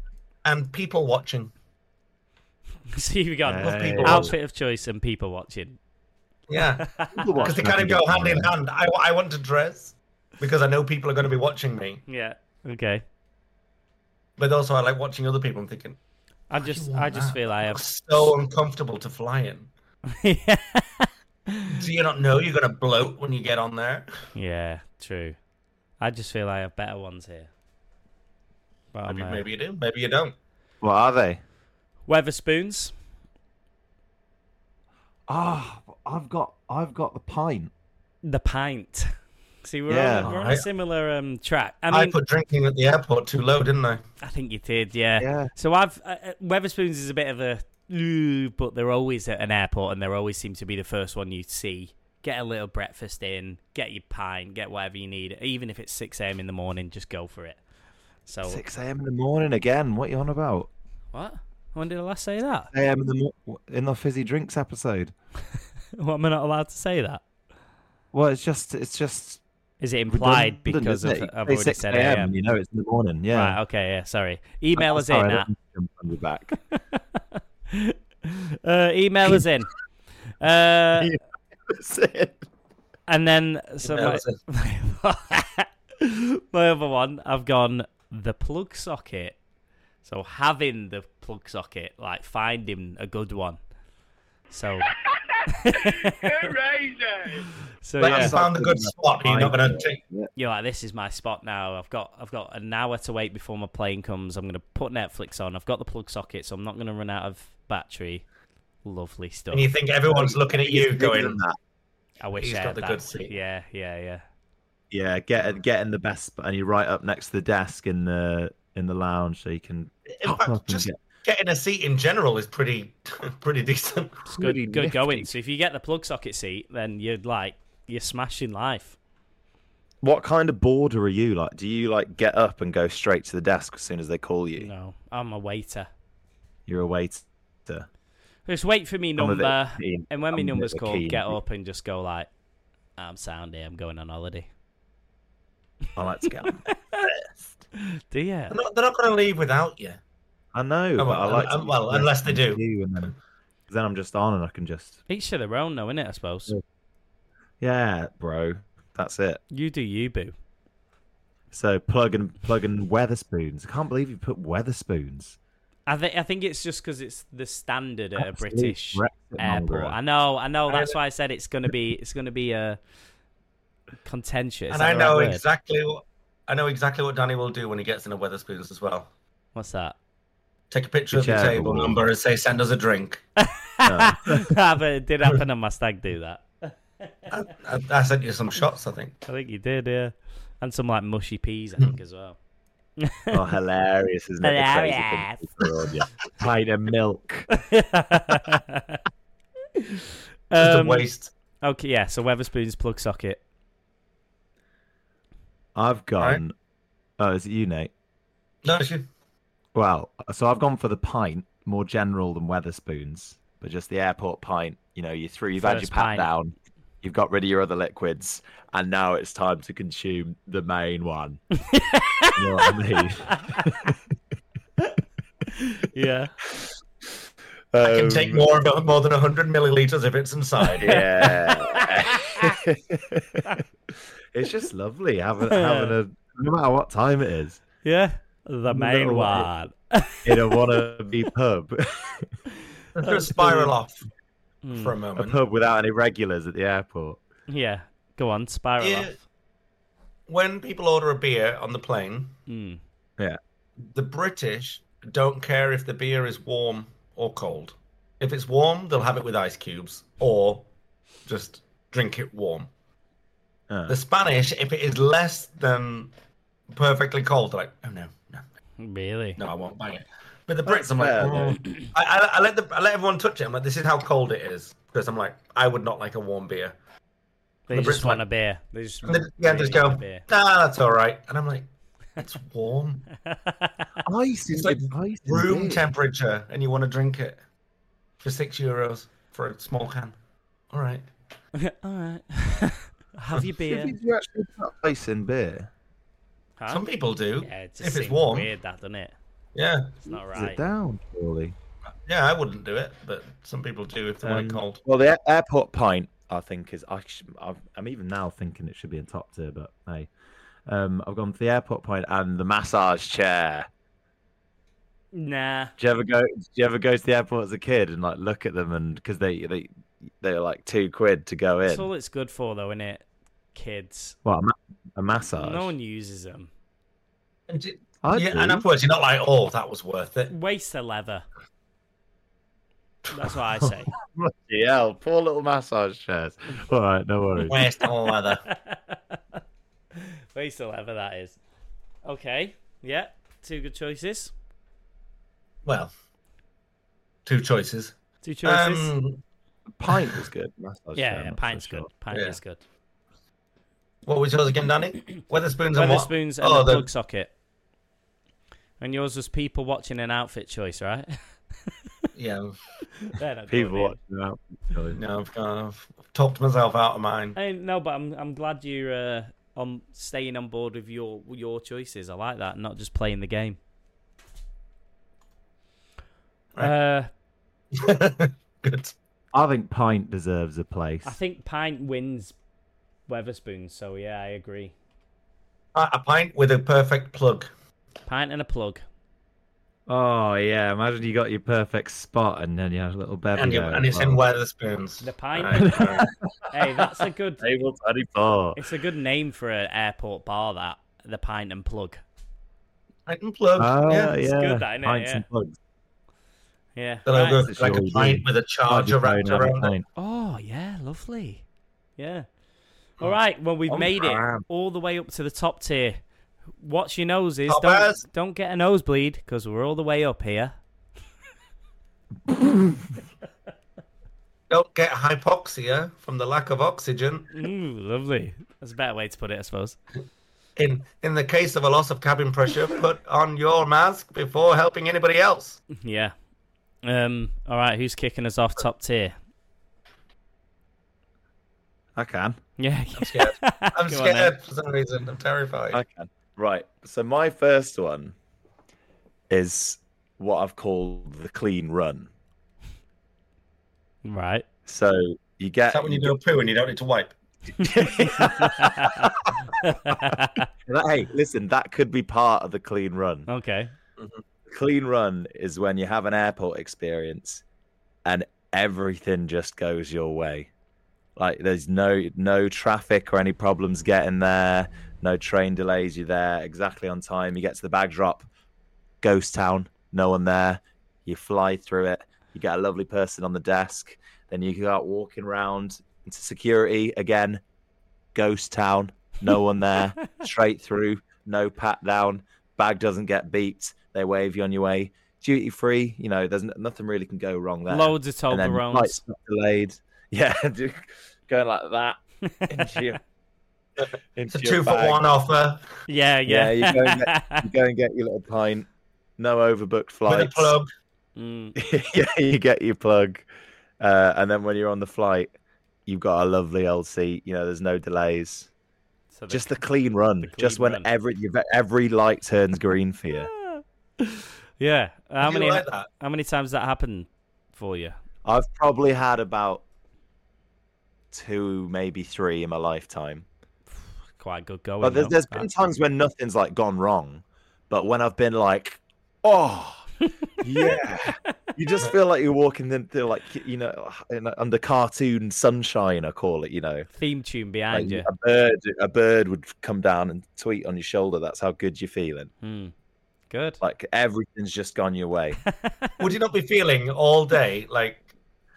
[SPEAKER 2] and people watching.
[SPEAKER 1] so you've got
[SPEAKER 2] Love people
[SPEAKER 3] Hey.
[SPEAKER 1] outfit of choice and people watching.
[SPEAKER 2] Yeah.
[SPEAKER 3] People
[SPEAKER 2] Because they
[SPEAKER 3] watching, I
[SPEAKER 2] kind of
[SPEAKER 3] think,
[SPEAKER 2] go
[SPEAKER 3] is
[SPEAKER 2] hand in
[SPEAKER 3] better.
[SPEAKER 2] hand. I, I want to dress because I know people are going to be watching me.
[SPEAKER 1] Yeah. Okay.
[SPEAKER 2] But also, I like watching other people. I'm thinking,
[SPEAKER 1] I
[SPEAKER 2] do you
[SPEAKER 1] just,
[SPEAKER 2] want
[SPEAKER 1] I just
[SPEAKER 2] that?
[SPEAKER 1] feel I
[SPEAKER 2] I'm
[SPEAKER 1] have.
[SPEAKER 2] so uncomfortable to fly in.
[SPEAKER 1] yeah.
[SPEAKER 2] Do you not know you're going to bloat when you get on there?
[SPEAKER 1] yeah. True. I just feel I have better ones here. But
[SPEAKER 2] Maybe,
[SPEAKER 1] I'm, uh,
[SPEAKER 2] maybe you do, maybe you don't.
[SPEAKER 3] What are they?
[SPEAKER 1] Weatherspoons.
[SPEAKER 3] Ah, I've got I've got the pint.
[SPEAKER 1] The pint. See, we're,
[SPEAKER 3] Yeah.
[SPEAKER 1] on, we're on a
[SPEAKER 2] I-
[SPEAKER 1] similar um, track. I
[SPEAKER 2] I,
[SPEAKER 1] mean, Oh, I,
[SPEAKER 2] put drinking at the airport too low, didn't I?
[SPEAKER 1] think you did, yeah.
[SPEAKER 3] Yeah.
[SPEAKER 1] So I've uh, uh, Weatherspoons is a bit of a, "Ooh," but they're always at an airport, and they always seem to be the first one you see. Get a little breakfast in, get your pint, get whatever you need, even if it's six a.m. in the morning. Just go for it. So
[SPEAKER 3] Oh. Six a.m. in the morning again. What are you on about?
[SPEAKER 1] what? When did I last say that?
[SPEAKER 3] A.m. in the mo- in the fizzy drinks episode.
[SPEAKER 1] What am I not allowed to say that?
[SPEAKER 3] Well, it's just it's just
[SPEAKER 1] Is it implied
[SPEAKER 3] redundant,
[SPEAKER 1] because of,
[SPEAKER 3] isn't it? You
[SPEAKER 1] I've
[SPEAKER 3] say
[SPEAKER 1] already
[SPEAKER 3] 6
[SPEAKER 1] said
[SPEAKER 3] a.m.
[SPEAKER 1] a.m.
[SPEAKER 3] You know it's in the morning. Yeah.
[SPEAKER 1] Right. Okay. Yeah. Sorry. Email us in
[SPEAKER 3] Sorry,
[SPEAKER 1] at
[SPEAKER 3] let me jump on your back.
[SPEAKER 1] uh, email us in. Uh, and then so
[SPEAKER 2] Email
[SPEAKER 1] my,
[SPEAKER 2] us in.
[SPEAKER 1] my other one, I've gone the plug socket. So having the plug socket, like finding a good one. So so
[SPEAKER 2] Like,
[SPEAKER 1] yeah,
[SPEAKER 2] you found a good
[SPEAKER 3] That's
[SPEAKER 2] spot. You're not
[SPEAKER 3] fine.
[SPEAKER 2] going to take.
[SPEAKER 1] you're like, this is my spot now. I've got I've got an hour to wait before my plane comes. I'm gonna put Netflix on. I've got the plug socket, so I'm not gonna run out of battery. Lovely stuff.
[SPEAKER 2] And you think everyone's looking at you going,
[SPEAKER 1] I wish
[SPEAKER 2] He's
[SPEAKER 1] I
[SPEAKER 2] got
[SPEAKER 1] had
[SPEAKER 2] the
[SPEAKER 1] that.
[SPEAKER 2] good seat.
[SPEAKER 1] Yeah, yeah, yeah.
[SPEAKER 3] Yeah, get get in the best, spot, and you're right up next to the desk in the in the lounge, so you can.
[SPEAKER 2] in
[SPEAKER 3] pop up
[SPEAKER 2] fact,
[SPEAKER 3] and
[SPEAKER 2] just
[SPEAKER 3] get-
[SPEAKER 2] getting a seat in general is pretty pretty decent.
[SPEAKER 1] It's good,
[SPEAKER 3] Pretty
[SPEAKER 1] good going.
[SPEAKER 3] nifty.
[SPEAKER 1] So if you get the plug socket seat, then you're like you're smashing life.
[SPEAKER 3] What kind of boarder are you like? Do you like get up and go straight to the desk as soon as they call you?
[SPEAKER 1] No, I'm a waiter.
[SPEAKER 3] You're a waiter.
[SPEAKER 1] Just wait for me
[SPEAKER 3] I'm a bit
[SPEAKER 1] number,
[SPEAKER 3] keen.
[SPEAKER 1] and when my
[SPEAKER 3] I'm a bit
[SPEAKER 1] number's
[SPEAKER 3] of a
[SPEAKER 1] called,
[SPEAKER 3] keen.
[SPEAKER 1] get up and just go like, "I'm sound here. I'm going on holiday."
[SPEAKER 3] I like to get. on.
[SPEAKER 1] Do you?
[SPEAKER 2] They're not, they're not going to leave without you.
[SPEAKER 3] I know, but I
[SPEAKER 2] well,
[SPEAKER 3] like. to
[SPEAKER 2] um, well,
[SPEAKER 3] get
[SPEAKER 2] unless they
[SPEAKER 3] to
[SPEAKER 2] do.
[SPEAKER 3] you and then, 'cause then I'm just on, and I can just.
[SPEAKER 1] Each to their own, though, innit? I suppose.
[SPEAKER 3] Yeah. Yeah, bro, that's it.
[SPEAKER 1] You do you, boo.
[SPEAKER 3] So plug and plug in Weatherspoons. I can't believe you put Weatherspoons.
[SPEAKER 1] I think I think it's just because it's the standard at a
[SPEAKER 3] Absolute
[SPEAKER 1] British
[SPEAKER 3] Brexit
[SPEAKER 1] airport.
[SPEAKER 3] mongrel.
[SPEAKER 1] I know, I know. That's why I said it's gonna be it's gonna be a contentious. Is
[SPEAKER 2] and
[SPEAKER 1] that
[SPEAKER 2] I
[SPEAKER 1] the right
[SPEAKER 2] know
[SPEAKER 1] word?
[SPEAKER 2] exactly what I know exactly what Danny will do when he gets in a Weatherspoons as well.
[SPEAKER 1] What's that?
[SPEAKER 2] Take a picture of the
[SPEAKER 3] Whichever
[SPEAKER 2] table
[SPEAKER 3] one.
[SPEAKER 2] number and say, "Send us a drink."
[SPEAKER 3] No.
[SPEAKER 1] Ah, but it did happen on my stag do that.
[SPEAKER 2] I, I, I sent you some shots, I think.
[SPEAKER 1] I think you did, yeah. And some like mushy peas, I think, as well.
[SPEAKER 3] Oh, hilarious, isn't it?
[SPEAKER 1] Hilarious.
[SPEAKER 3] The crazy thing Pint of milk.
[SPEAKER 2] Just
[SPEAKER 1] Um,
[SPEAKER 2] a waste.
[SPEAKER 1] okay, yeah. So Weatherspoon's plug socket.
[SPEAKER 3] I've gone. Oh, is it you, Nate?
[SPEAKER 2] No, it's you.
[SPEAKER 3] Well, so I've gone for the pint, more general than Weatherspoons, but just the airport pint. You know, you threw, you've had your
[SPEAKER 1] First
[SPEAKER 3] pat
[SPEAKER 1] pint.
[SPEAKER 3] down, you've got rid of your other liquids, and now it's time to consume the main one. you know what I mean?
[SPEAKER 1] Yeah.
[SPEAKER 2] I can
[SPEAKER 1] um,
[SPEAKER 3] Um,
[SPEAKER 2] take more of more than hundred milliliters if it's inside.
[SPEAKER 3] Yeah. it's just lovely having having a no matter what time it is
[SPEAKER 1] Yeah. The main
[SPEAKER 3] little
[SPEAKER 1] one.
[SPEAKER 3] in a wannabe pub,
[SPEAKER 2] Just spiral off
[SPEAKER 1] Mm,
[SPEAKER 2] for a
[SPEAKER 3] a
[SPEAKER 2] moment.
[SPEAKER 3] pub without any regulars at the airport.
[SPEAKER 1] Yeah. Go on, spiral
[SPEAKER 2] Yeah.
[SPEAKER 1] off.
[SPEAKER 2] When people order a beer on the plane,
[SPEAKER 1] Mm.
[SPEAKER 2] the British don't care if the beer is warm or cold. If it's warm, they'll have it with ice cubes or just drink it warm.
[SPEAKER 3] Uh,
[SPEAKER 2] The Spanish, if it is less than perfectly cold, they're like, oh no, no,
[SPEAKER 1] Really?
[SPEAKER 2] no, I won't buy it. But the
[SPEAKER 3] That's
[SPEAKER 2] Brits, I'm like,
[SPEAKER 3] fair,
[SPEAKER 2] "Oh." I, I, I let the I let everyone touch it. I'm like, this is how cold it is because I'm like, I would not like a warm beer.
[SPEAKER 1] They
[SPEAKER 2] The
[SPEAKER 1] just
[SPEAKER 2] Brits
[SPEAKER 1] want a
[SPEAKER 2] went-
[SPEAKER 1] beer. They just
[SPEAKER 2] And they, yeah, they just
[SPEAKER 1] really
[SPEAKER 2] go,
[SPEAKER 1] want
[SPEAKER 2] nah, that's all right. And I'm like, it's warm,
[SPEAKER 1] a
[SPEAKER 3] Ice is
[SPEAKER 2] It's like
[SPEAKER 3] ice is
[SPEAKER 2] room
[SPEAKER 3] it.
[SPEAKER 2] temperature, and you want to drink it for six euros for a small can. All right.
[SPEAKER 1] beer. All right. Have your
[SPEAKER 3] Do you
[SPEAKER 1] beer.
[SPEAKER 3] think you actually put ice in beer?
[SPEAKER 1] Huh?
[SPEAKER 2] Some people do.
[SPEAKER 1] yeah, it just
[SPEAKER 2] if it's
[SPEAKER 1] seems
[SPEAKER 2] warm.
[SPEAKER 1] weird, that doesn't it?
[SPEAKER 2] Yeah.
[SPEAKER 1] It's not
[SPEAKER 3] Is it
[SPEAKER 1] right.
[SPEAKER 3] down, surely?
[SPEAKER 2] Yeah, I wouldn't do it, but some people do if they want it
[SPEAKER 3] Um,
[SPEAKER 2] cold.
[SPEAKER 3] Well, the a- airport pint, I think, is. I sh- I've, I'm even now thinking it should be in top tier, but hey. Um, I've gone for the airport pint and the massage chair.
[SPEAKER 1] Nah.
[SPEAKER 3] Do you ever go? Do you ever go to the airport as a kid and like look at them and because they they they're like two quid to go in?
[SPEAKER 1] That's all it's good for, though, innit? Kids.
[SPEAKER 3] Well, a, ma- a massage.
[SPEAKER 1] No one uses them.
[SPEAKER 2] And, it-
[SPEAKER 3] I
[SPEAKER 2] yeah,
[SPEAKER 3] do.
[SPEAKER 2] and afterwards, you're not like, oh, that was worth it.
[SPEAKER 1] Waste of leather. That's what I say.
[SPEAKER 3] Bloody hell, poor little massage chairs. All right, no worries.
[SPEAKER 2] Waste all leather.
[SPEAKER 1] Waste of leather, that is. Okay. Yeah. Two good choices.
[SPEAKER 2] Well, two choices.
[SPEAKER 1] Two choices.
[SPEAKER 2] Um,
[SPEAKER 3] Pint was good. Massage chair,
[SPEAKER 1] yeah,
[SPEAKER 3] I'm
[SPEAKER 1] yeah,
[SPEAKER 3] not so
[SPEAKER 1] pint's
[SPEAKER 3] sure.
[SPEAKER 1] good. Pint
[SPEAKER 2] Yeah.
[SPEAKER 1] is good.
[SPEAKER 2] what was yours again, Danny? Weatherspoons and what?
[SPEAKER 1] Weatherspoons and
[SPEAKER 2] Oh,
[SPEAKER 1] a
[SPEAKER 2] the-
[SPEAKER 1] plug socket. And yours was people watching an outfit choice, right?
[SPEAKER 2] Yeah,
[SPEAKER 1] They're not
[SPEAKER 3] People
[SPEAKER 1] going in.
[SPEAKER 3] watching that. really.
[SPEAKER 2] no, I've, gone, I've talked myself out of mine.
[SPEAKER 1] I no, but I'm I'm glad you're uh, on staying on board with your your choices. I like that, not just playing the game. Uh,
[SPEAKER 2] Good.
[SPEAKER 3] I think pint deserves a place.
[SPEAKER 1] I think pint wins Weatherspoon, so yeah, I agree.
[SPEAKER 2] A a pint with a perfect plug.
[SPEAKER 1] Pint and a plug.
[SPEAKER 3] Oh yeah, imagine you got your perfect spot and then you had a little bevy.
[SPEAKER 2] And, you,
[SPEAKER 3] there
[SPEAKER 2] and
[SPEAKER 3] as
[SPEAKER 2] it's in
[SPEAKER 3] well.
[SPEAKER 2] Weatherspoons.
[SPEAKER 1] The pint.
[SPEAKER 2] Right, right.
[SPEAKER 1] hey, that's a good.
[SPEAKER 3] table twenty four.
[SPEAKER 1] It's a good name for an airport bar. That the pint and plug.
[SPEAKER 2] Pint and plug.
[SPEAKER 3] Oh
[SPEAKER 2] yeah.
[SPEAKER 3] yeah,
[SPEAKER 1] it's good, that, innit?
[SPEAKER 3] pints
[SPEAKER 1] Yeah.
[SPEAKER 3] and plugs.
[SPEAKER 1] Yeah.
[SPEAKER 2] Then I'll go
[SPEAKER 1] right.
[SPEAKER 2] for
[SPEAKER 3] That's
[SPEAKER 2] like
[SPEAKER 3] your
[SPEAKER 2] a pint
[SPEAKER 3] idea.
[SPEAKER 2] with a charger
[SPEAKER 3] Might
[SPEAKER 2] wrapped
[SPEAKER 3] be playing
[SPEAKER 2] around
[SPEAKER 3] another
[SPEAKER 2] it.
[SPEAKER 3] pint.
[SPEAKER 1] Oh yeah, lovely. Yeah. All right. Well, we've made it
[SPEAKER 3] fine.
[SPEAKER 1] all the way up to the top tier. Watch your noses.
[SPEAKER 2] Top
[SPEAKER 1] don't
[SPEAKER 2] us.
[SPEAKER 1] don't get a nosebleed because we're all the way up here.
[SPEAKER 2] Don't get hypoxia from the lack of oxygen.
[SPEAKER 1] Ooh, lovely. That's a better way to put it, I suppose.
[SPEAKER 2] In in the case of a loss of cabin pressure, put on your mask before helping anybody else.
[SPEAKER 1] Yeah. Um. All right. Who's kicking us off top tier?
[SPEAKER 3] I can.
[SPEAKER 1] Yeah.
[SPEAKER 2] scared.
[SPEAKER 1] Come
[SPEAKER 2] I'm
[SPEAKER 1] on,
[SPEAKER 2] scared
[SPEAKER 1] then.
[SPEAKER 2] for some reason. I'm terrified.
[SPEAKER 3] I can. Right. So my first one is what I've called the clean run.
[SPEAKER 1] Right.
[SPEAKER 3] So you get
[SPEAKER 2] Is that when you do a poo and you don't need to wipe?
[SPEAKER 3] That- hey, listen, that could be part of the clean run.
[SPEAKER 1] okay.
[SPEAKER 3] Clean run is when you have an airport experience and everything just goes your way. Like there's no no traffic or any problems getting there, no train delays, you're there exactly on time. You get to the bag drop, ghost town, no one there. You fly through it, you get a lovely person on the desk, then you go out walking around into security again, ghost town, no one there, straight through, no pat down, bag doesn't get beeped, they wave you on your way. Duty free, you know, there's n- nothing really can go wrong there.
[SPEAKER 1] Loads of
[SPEAKER 3] And then
[SPEAKER 1] Toblerones.
[SPEAKER 3] flight's not delayed. Yeah, do- going like that into your,
[SPEAKER 2] It's a
[SPEAKER 3] into your
[SPEAKER 2] two for
[SPEAKER 3] bag.
[SPEAKER 2] one offer
[SPEAKER 1] yeah. Yeah.
[SPEAKER 3] Yeah, you go and You go and get your little pint. No overbooked flights.
[SPEAKER 2] with a plug.
[SPEAKER 1] Mm,
[SPEAKER 3] yeah, you get your plug, uh, and then when you're on the flight, you've got a lovely old seat. You know, there's no delays.
[SPEAKER 1] so the-
[SPEAKER 3] Just the clean run.
[SPEAKER 1] the clean
[SPEAKER 3] Just when
[SPEAKER 1] run.
[SPEAKER 3] every you've- every light turns green for you.
[SPEAKER 1] yeah. How
[SPEAKER 2] Do you
[SPEAKER 1] many?
[SPEAKER 2] like that?
[SPEAKER 1] How many times that happened for you?
[SPEAKER 3] I've probably had about two, maybe three in my lifetime.
[SPEAKER 1] Quite good going.
[SPEAKER 3] But there's,
[SPEAKER 1] though.
[SPEAKER 3] there's been times when nothing's like gone wrong, but when I've been like, oh, yeah, you just feel like you're walking into like you know in, under cartoon sunshine. I call it, you know,
[SPEAKER 1] theme tune
[SPEAKER 3] like,
[SPEAKER 1] behind you.
[SPEAKER 3] a bird a bird would come down and tweet on your shoulder. That's how good you're feeling.
[SPEAKER 1] Hmm. Good.
[SPEAKER 3] Like everything's just gone your way.
[SPEAKER 2] Would you not be feeling all day like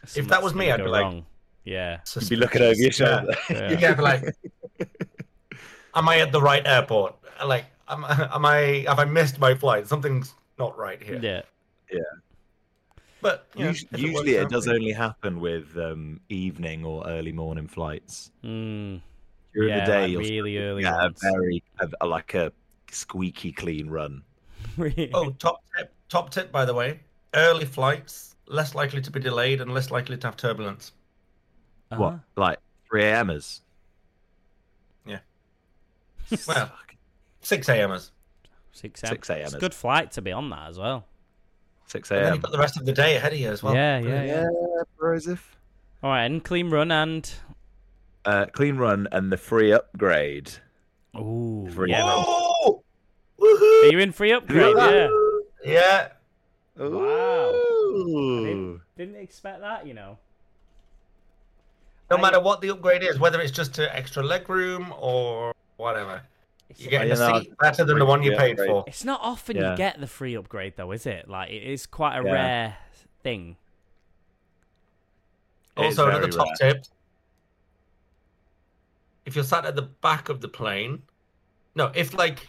[SPEAKER 1] Something's
[SPEAKER 2] that was me,
[SPEAKER 1] gonna
[SPEAKER 2] I'd
[SPEAKER 1] go
[SPEAKER 2] be like-
[SPEAKER 1] wrong. yeah.
[SPEAKER 3] You'd be looking over your
[SPEAKER 2] suspicious? Yeah.
[SPEAKER 3] shoulder.
[SPEAKER 1] yeah.
[SPEAKER 2] You can't be like, am I at the right airport? Like, am, am I? Have I missed my flight? Something's not right here.
[SPEAKER 1] Yeah.
[SPEAKER 3] Yeah.
[SPEAKER 2] But you know,
[SPEAKER 3] Usu-
[SPEAKER 2] if
[SPEAKER 3] usually,
[SPEAKER 2] works
[SPEAKER 3] it
[SPEAKER 2] out,
[SPEAKER 3] does
[SPEAKER 2] yeah.
[SPEAKER 3] only happen with um, evening or early morning flights.
[SPEAKER 1] Mm,
[SPEAKER 3] During
[SPEAKER 1] yeah,
[SPEAKER 3] the day,
[SPEAKER 1] like
[SPEAKER 3] you'll
[SPEAKER 1] really early.
[SPEAKER 3] get a
[SPEAKER 1] ones.
[SPEAKER 3] very a, a- like a squeaky clean run.
[SPEAKER 2] Oh, top tip. Top tip, by the way. Early flights less likely to be delayed and less likely to have turbulence.
[SPEAKER 1] Uh-huh.
[SPEAKER 3] What like three a.m.ers?
[SPEAKER 2] Yeah.
[SPEAKER 3] well,
[SPEAKER 2] Six a.m.ers.
[SPEAKER 1] Six a.m.
[SPEAKER 3] six a.m.ers.
[SPEAKER 1] It's a good flight to be on that as well.
[SPEAKER 3] Six
[SPEAKER 2] And then
[SPEAKER 3] a.m.
[SPEAKER 2] you've got the rest of the day ahead of you as well.
[SPEAKER 1] yeah, yeah, yeah.
[SPEAKER 3] Joseph.
[SPEAKER 1] All right, and clean run and
[SPEAKER 3] Uh, clean run and the free upgrade.
[SPEAKER 1] ooh,
[SPEAKER 3] Free
[SPEAKER 1] yeah.
[SPEAKER 3] upgrade.
[SPEAKER 2] Oh!
[SPEAKER 1] Are
[SPEAKER 2] Woohoo!
[SPEAKER 1] you in free upgrade? yeah.
[SPEAKER 2] Yeah.
[SPEAKER 1] Wow.
[SPEAKER 3] Ooh.
[SPEAKER 1] Didn't expect that, you know.
[SPEAKER 2] No
[SPEAKER 1] I-
[SPEAKER 2] matter what the upgrade is, whether it's just to extra leg room or whatever, you're getting
[SPEAKER 3] You know,
[SPEAKER 2] a seat better than the one you
[SPEAKER 3] yeah,
[SPEAKER 2] paid
[SPEAKER 3] right.
[SPEAKER 2] for.
[SPEAKER 1] It's not often
[SPEAKER 3] Yeah.
[SPEAKER 1] you get the free upgrade though, is it? Like it is quite a
[SPEAKER 3] Yeah.
[SPEAKER 1] rare thing.
[SPEAKER 3] It is
[SPEAKER 2] Also, another
[SPEAKER 3] very
[SPEAKER 2] top
[SPEAKER 3] rare.
[SPEAKER 2] tip: if you're sat at the back of the plane, no, if like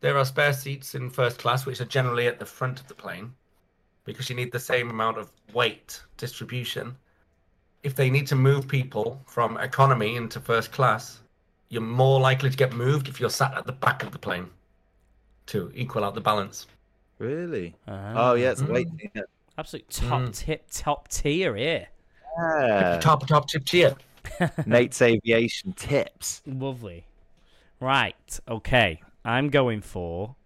[SPEAKER 2] there are spare seats in first class, which are generally at the front of the plane, because you need the same amount of weight distribution. If they need to move people from economy into first class, you're more likely to get moved if you're sat at the back of the plane to equal out the balance.
[SPEAKER 3] Really?
[SPEAKER 1] Ah.
[SPEAKER 3] Oh yeah, it's
[SPEAKER 2] Mm.
[SPEAKER 3] waiting.
[SPEAKER 1] Absolute top
[SPEAKER 2] Mm.
[SPEAKER 1] tip, top tier here.
[SPEAKER 3] Yeah.
[SPEAKER 2] top top tip tier.
[SPEAKER 3] Nate's aviation tips.
[SPEAKER 1] Lovely. Right. Okay. I'm going for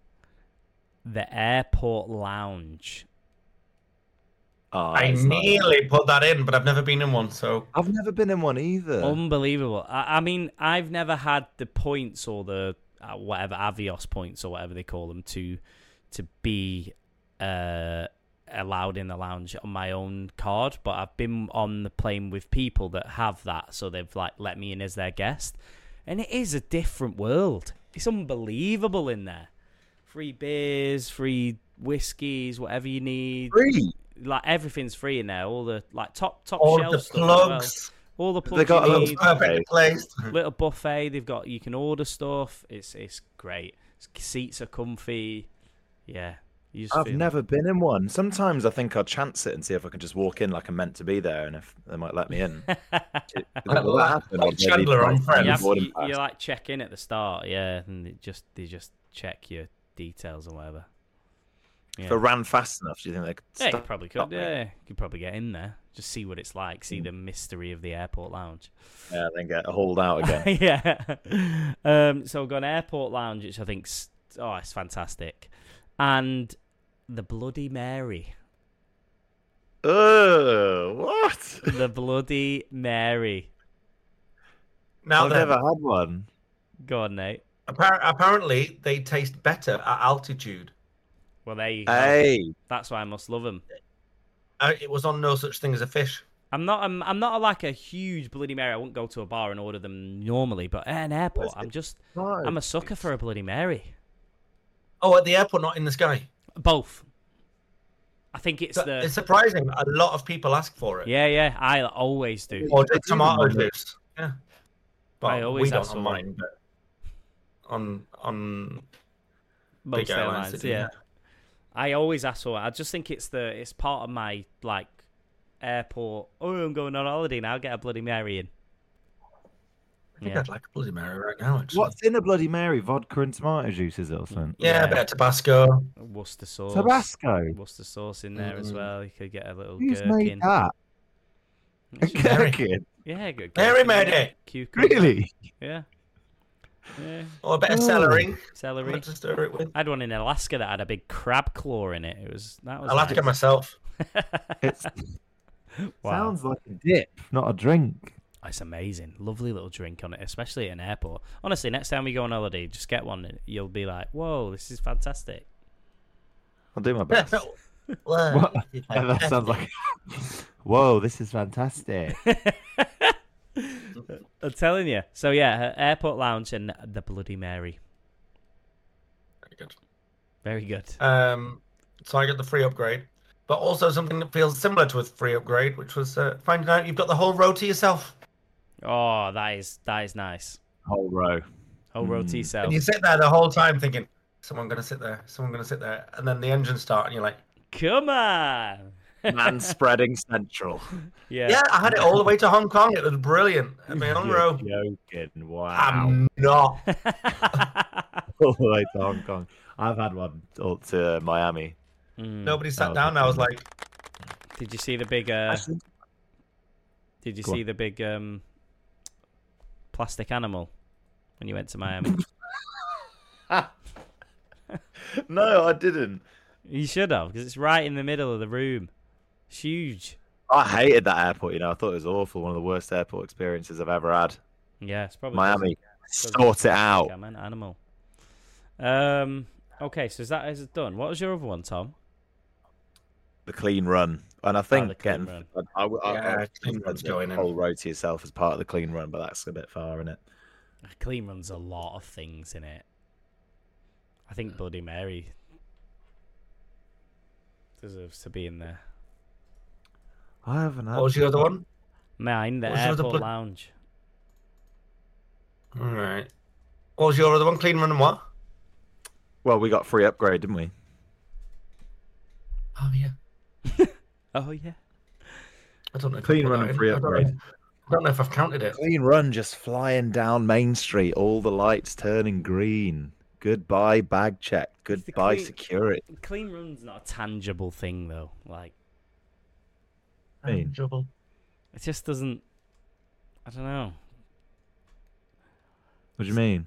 [SPEAKER 1] the airport lounge.
[SPEAKER 3] Oh,
[SPEAKER 2] I
[SPEAKER 3] it's not-
[SPEAKER 2] nearly put that in, but I've never been in one, so
[SPEAKER 3] I've never been in one either.
[SPEAKER 1] Unbelievable. I, I mean, I've never had the points or the uh, whatever Avios points or whatever they call them to to be uh, allowed in the lounge on my own card, but I've been on the plane with people that have that, so they've like let me in as their guest, and it is a different world. It's unbelievable in there. Free beers, free whiskies, whatever you need.
[SPEAKER 3] Free.
[SPEAKER 1] Like everything's free in there. All the like top top
[SPEAKER 2] all
[SPEAKER 1] shelf
[SPEAKER 2] of the
[SPEAKER 1] stuff as well.
[SPEAKER 2] plugs.
[SPEAKER 1] All the plugs.
[SPEAKER 3] They got
[SPEAKER 1] you
[SPEAKER 3] a little
[SPEAKER 1] need
[SPEAKER 3] survey.
[SPEAKER 2] Perfect place.
[SPEAKER 1] little buffet. They've got you can order stuff. It's it's great. S- Seats are comfy. Yeah, you just
[SPEAKER 3] I've
[SPEAKER 1] feel-
[SPEAKER 3] never been in one. Sometimes I think I'll chance it and see if I can just walk in like I'm meant to be there, and if they might let me in. Will that happen?
[SPEAKER 2] Like
[SPEAKER 3] I'll maybe
[SPEAKER 2] Chandler on
[SPEAKER 3] buy some
[SPEAKER 2] Friends.
[SPEAKER 1] You, have,
[SPEAKER 3] boarding
[SPEAKER 1] you,
[SPEAKER 3] pass.
[SPEAKER 1] you like check in at the start, yeah, and it just they just check your details and whatever.
[SPEAKER 3] If I ran fast enough, do you think they could?
[SPEAKER 1] Yeah, you
[SPEAKER 3] stop
[SPEAKER 1] probably could.
[SPEAKER 3] me?
[SPEAKER 1] Yeah, you could probably get in there, just see what it's like,
[SPEAKER 3] Mm.
[SPEAKER 1] see the mystery of the airport lounge.
[SPEAKER 3] Yeah, then get hauled out again.
[SPEAKER 1] yeah. Um, so we've got an airport lounge, which I think's oh, it's fantastic, and the Bloody Mary. Oh,
[SPEAKER 3] Ugh, what?
[SPEAKER 1] the Bloody Mary.
[SPEAKER 2] Now
[SPEAKER 3] I've
[SPEAKER 2] then,
[SPEAKER 3] never had one.
[SPEAKER 1] Go on, Nate.
[SPEAKER 2] appar- apparently they taste better at altitude.
[SPEAKER 1] Well, there you go.
[SPEAKER 3] Hey,
[SPEAKER 1] That's why I must love them.
[SPEAKER 2] Uh, it was on no such thing as a fish.
[SPEAKER 1] I'm not. I'm, I'm not like a huge Bloody Mary. I wouldn't go to a bar and order them normally, but at an airport, I'm just. I'm a sucker for a Bloody Mary.
[SPEAKER 2] Oh, at the airport, not in the sky.
[SPEAKER 1] Both. I think it's
[SPEAKER 2] So It's,
[SPEAKER 1] the.
[SPEAKER 2] surprising. A lot of people ask for it.
[SPEAKER 1] Yeah, yeah. I always do.
[SPEAKER 2] Or just
[SPEAKER 3] It's even
[SPEAKER 2] tomato
[SPEAKER 3] on the-
[SPEAKER 2] juice. Yeah. But
[SPEAKER 1] I always
[SPEAKER 2] we don't
[SPEAKER 1] ask
[SPEAKER 2] on
[SPEAKER 1] for
[SPEAKER 2] mine. But on on
[SPEAKER 1] Most
[SPEAKER 2] big airlines,
[SPEAKER 1] airlines.
[SPEAKER 2] they do
[SPEAKER 1] Yeah.
[SPEAKER 2] that.
[SPEAKER 1] I always ask for it. I just think it's the. It's part of my like airport. Oh, I'm going on holiday now. Get a Bloody Mary in.
[SPEAKER 2] I think
[SPEAKER 1] Yeah.
[SPEAKER 2] I'd like a Bloody Mary right now. Actually.
[SPEAKER 3] What's in a Bloody Mary? Vodka and tomato juice, is it or something?
[SPEAKER 2] Yeah,
[SPEAKER 1] Yeah.
[SPEAKER 2] a bit of Tabasco.
[SPEAKER 1] Worcester sauce.
[SPEAKER 3] Tabasco.
[SPEAKER 1] What's the sauce in there as
[SPEAKER 2] Mm.
[SPEAKER 1] well. You could get a little
[SPEAKER 3] Who's
[SPEAKER 1] gherkin.
[SPEAKER 3] made that? A
[SPEAKER 1] Actually,
[SPEAKER 2] Mary.
[SPEAKER 3] gherkin?
[SPEAKER 1] yeah, good.
[SPEAKER 2] Mary
[SPEAKER 1] gherkin,
[SPEAKER 2] made
[SPEAKER 1] yeah.
[SPEAKER 2] it.
[SPEAKER 1] Cucumber.
[SPEAKER 3] Really?
[SPEAKER 1] Yeah. Yeah.
[SPEAKER 2] Or a bit of
[SPEAKER 3] Oh.
[SPEAKER 2] celery.
[SPEAKER 1] Celery.
[SPEAKER 2] Something to stir it with.
[SPEAKER 1] I had one in Alaska that had a big crab claw in it. It was that was.
[SPEAKER 2] I'll have to
[SPEAKER 1] nice.
[SPEAKER 2] get myself.
[SPEAKER 3] It
[SPEAKER 1] Wow.
[SPEAKER 3] sounds like a dip, not a drink.
[SPEAKER 1] It's amazing. Lovely little drink on it, especially at an airport. Honestly, next time we go on holiday, just get one. You'll be like, "Whoa, this is fantastic."
[SPEAKER 3] I'll do my best.
[SPEAKER 2] Well,
[SPEAKER 3] What? And that sounds like. Whoa, this is fantastic.
[SPEAKER 1] I'm telling you. So yeah, airport lounge and the Bloody Mary.
[SPEAKER 2] Very good.
[SPEAKER 1] Very good.
[SPEAKER 2] Um, so I got the free upgrade, but also something that feels similar to a free upgrade, which was uh, finding out you've got the whole row to yourself.
[SPEAKER 1] Oh, that is that is nice.
[SPEAKER 3] Whole row.
[SPEAKER 1] Oh, row
[SPEAKER 3] Mm.
[SPEAKER 1] T cell.
[SPEAKER 2] And you sit there the whole time thinking, someone gonna sit there, someone gonna sit there, and then the engine start, and you're like,
[SPEAKER 1] Come on.
[SPEAKER 3] Man spreading central.
[SPEAKER 1] Yeah.
[SPEAKER 2] Yeah. I had it all the way to Hong Kong. It was brilliant. I mean, on
[SPEAKER 3] You're
[SPEAKER 2] row.
[SPEAKER 3] joking. Wow.
[SPEAKER 2] I'm not.
[SPEAKER 3] All the way to Hong Kong. I've had one all to Miami.
[SPEAKER 1] Mm.
[SPEAKER 2] Nobody
[SPEAKER 3] Oh,
[SPEAKER 2] sat down. I was like,
[SPEAKER 1] Did you see the big? Uh, did you
[SPEAKER 3] Go
[SPEAKER 1] see the big um, plastic animal when you went to Miami?
[SPEAKER 3] No, I didn't.
[SPEAKER 1] you should have, because it's right in the middle of the room. It's huge.
[SPEAKER 3] I hated that airport. You know, I thought it was awful. One of the worst airport experiences I've ever had.
[SPEAKER 1] Yeah, it's probably
[SPEAKER 3] Miami, oh.
[SPEAKER 1] doesn't-
[SPEAKER 3] sort it out.
[SPEAKER 1] Yeah, man, animal. Um. Okay, so is that is it done? What was your other one, Tom?
[SPEAKER 3] The clean run, and I think
[SPEAKER 1] the clean
[SPEAKER 3] getting
[SPEAKER 1] run.
[SPEAKER 3] I, I, I,
[SPEAKER 2] Yeah,
[SPEAKER 3] I
[SPEAKER 2] clean run's going in.
[SPEAKER 3] whole road to yourself as part of the clean run, but that's a bit far, isn't it?
[SPEAKER 1] Clean runs a lot of things in it. I think Bloody Mary deserves to be in there.
[SPEAKER 3] I haven't had.
[SPEAKER 2] what was the other one?
[SPEAKER 1] Mine, the
[SPEAKER 2] What was your other
[SPEAKER 1] airport
[SPEAKER 2] pla-
[SPEAKER 1] lounge.
[SPEAKER 2] All right. What was your other one? Clean run and what?
[SPEAKER 3] Well, we got free upgrade, didn't we?
[SPEAKER 2] Oh yeah.
[SPEAKER 1] Oh yeah.
[SPEAKER 2] I don't know. if I
[SPEAKER 3] Clean
[SPEAKER 2] put
[SPEAKER 3] run
[SPEAKER 2] that
[SPEAKER 3] and
[SPEAKER 2] in.
[SPEAKER 3] free
[SPEAKER 2] I don't know
[SPEAKER 3] upgrade.
[SPEAKER 2] if- I don't know if I've counted it.
[SPEAKER 3] Clean run, just flying down Main Street, all the lights turning green. Goodbye bag check.
[SPEAKER 1] the
[SPEAKER 3] Goodbye
[SPEAKER 1] clean-
[SPEAKER 3] security.
[SPEAKER 1] Clean run's not a tangible thing though. Like
[SPEAKER 3] Clean.
[SPEAKER 2] Double.
[SPEAKER 1] it just doesn't. I don't know.
[SPEAKER 3] What do you mean?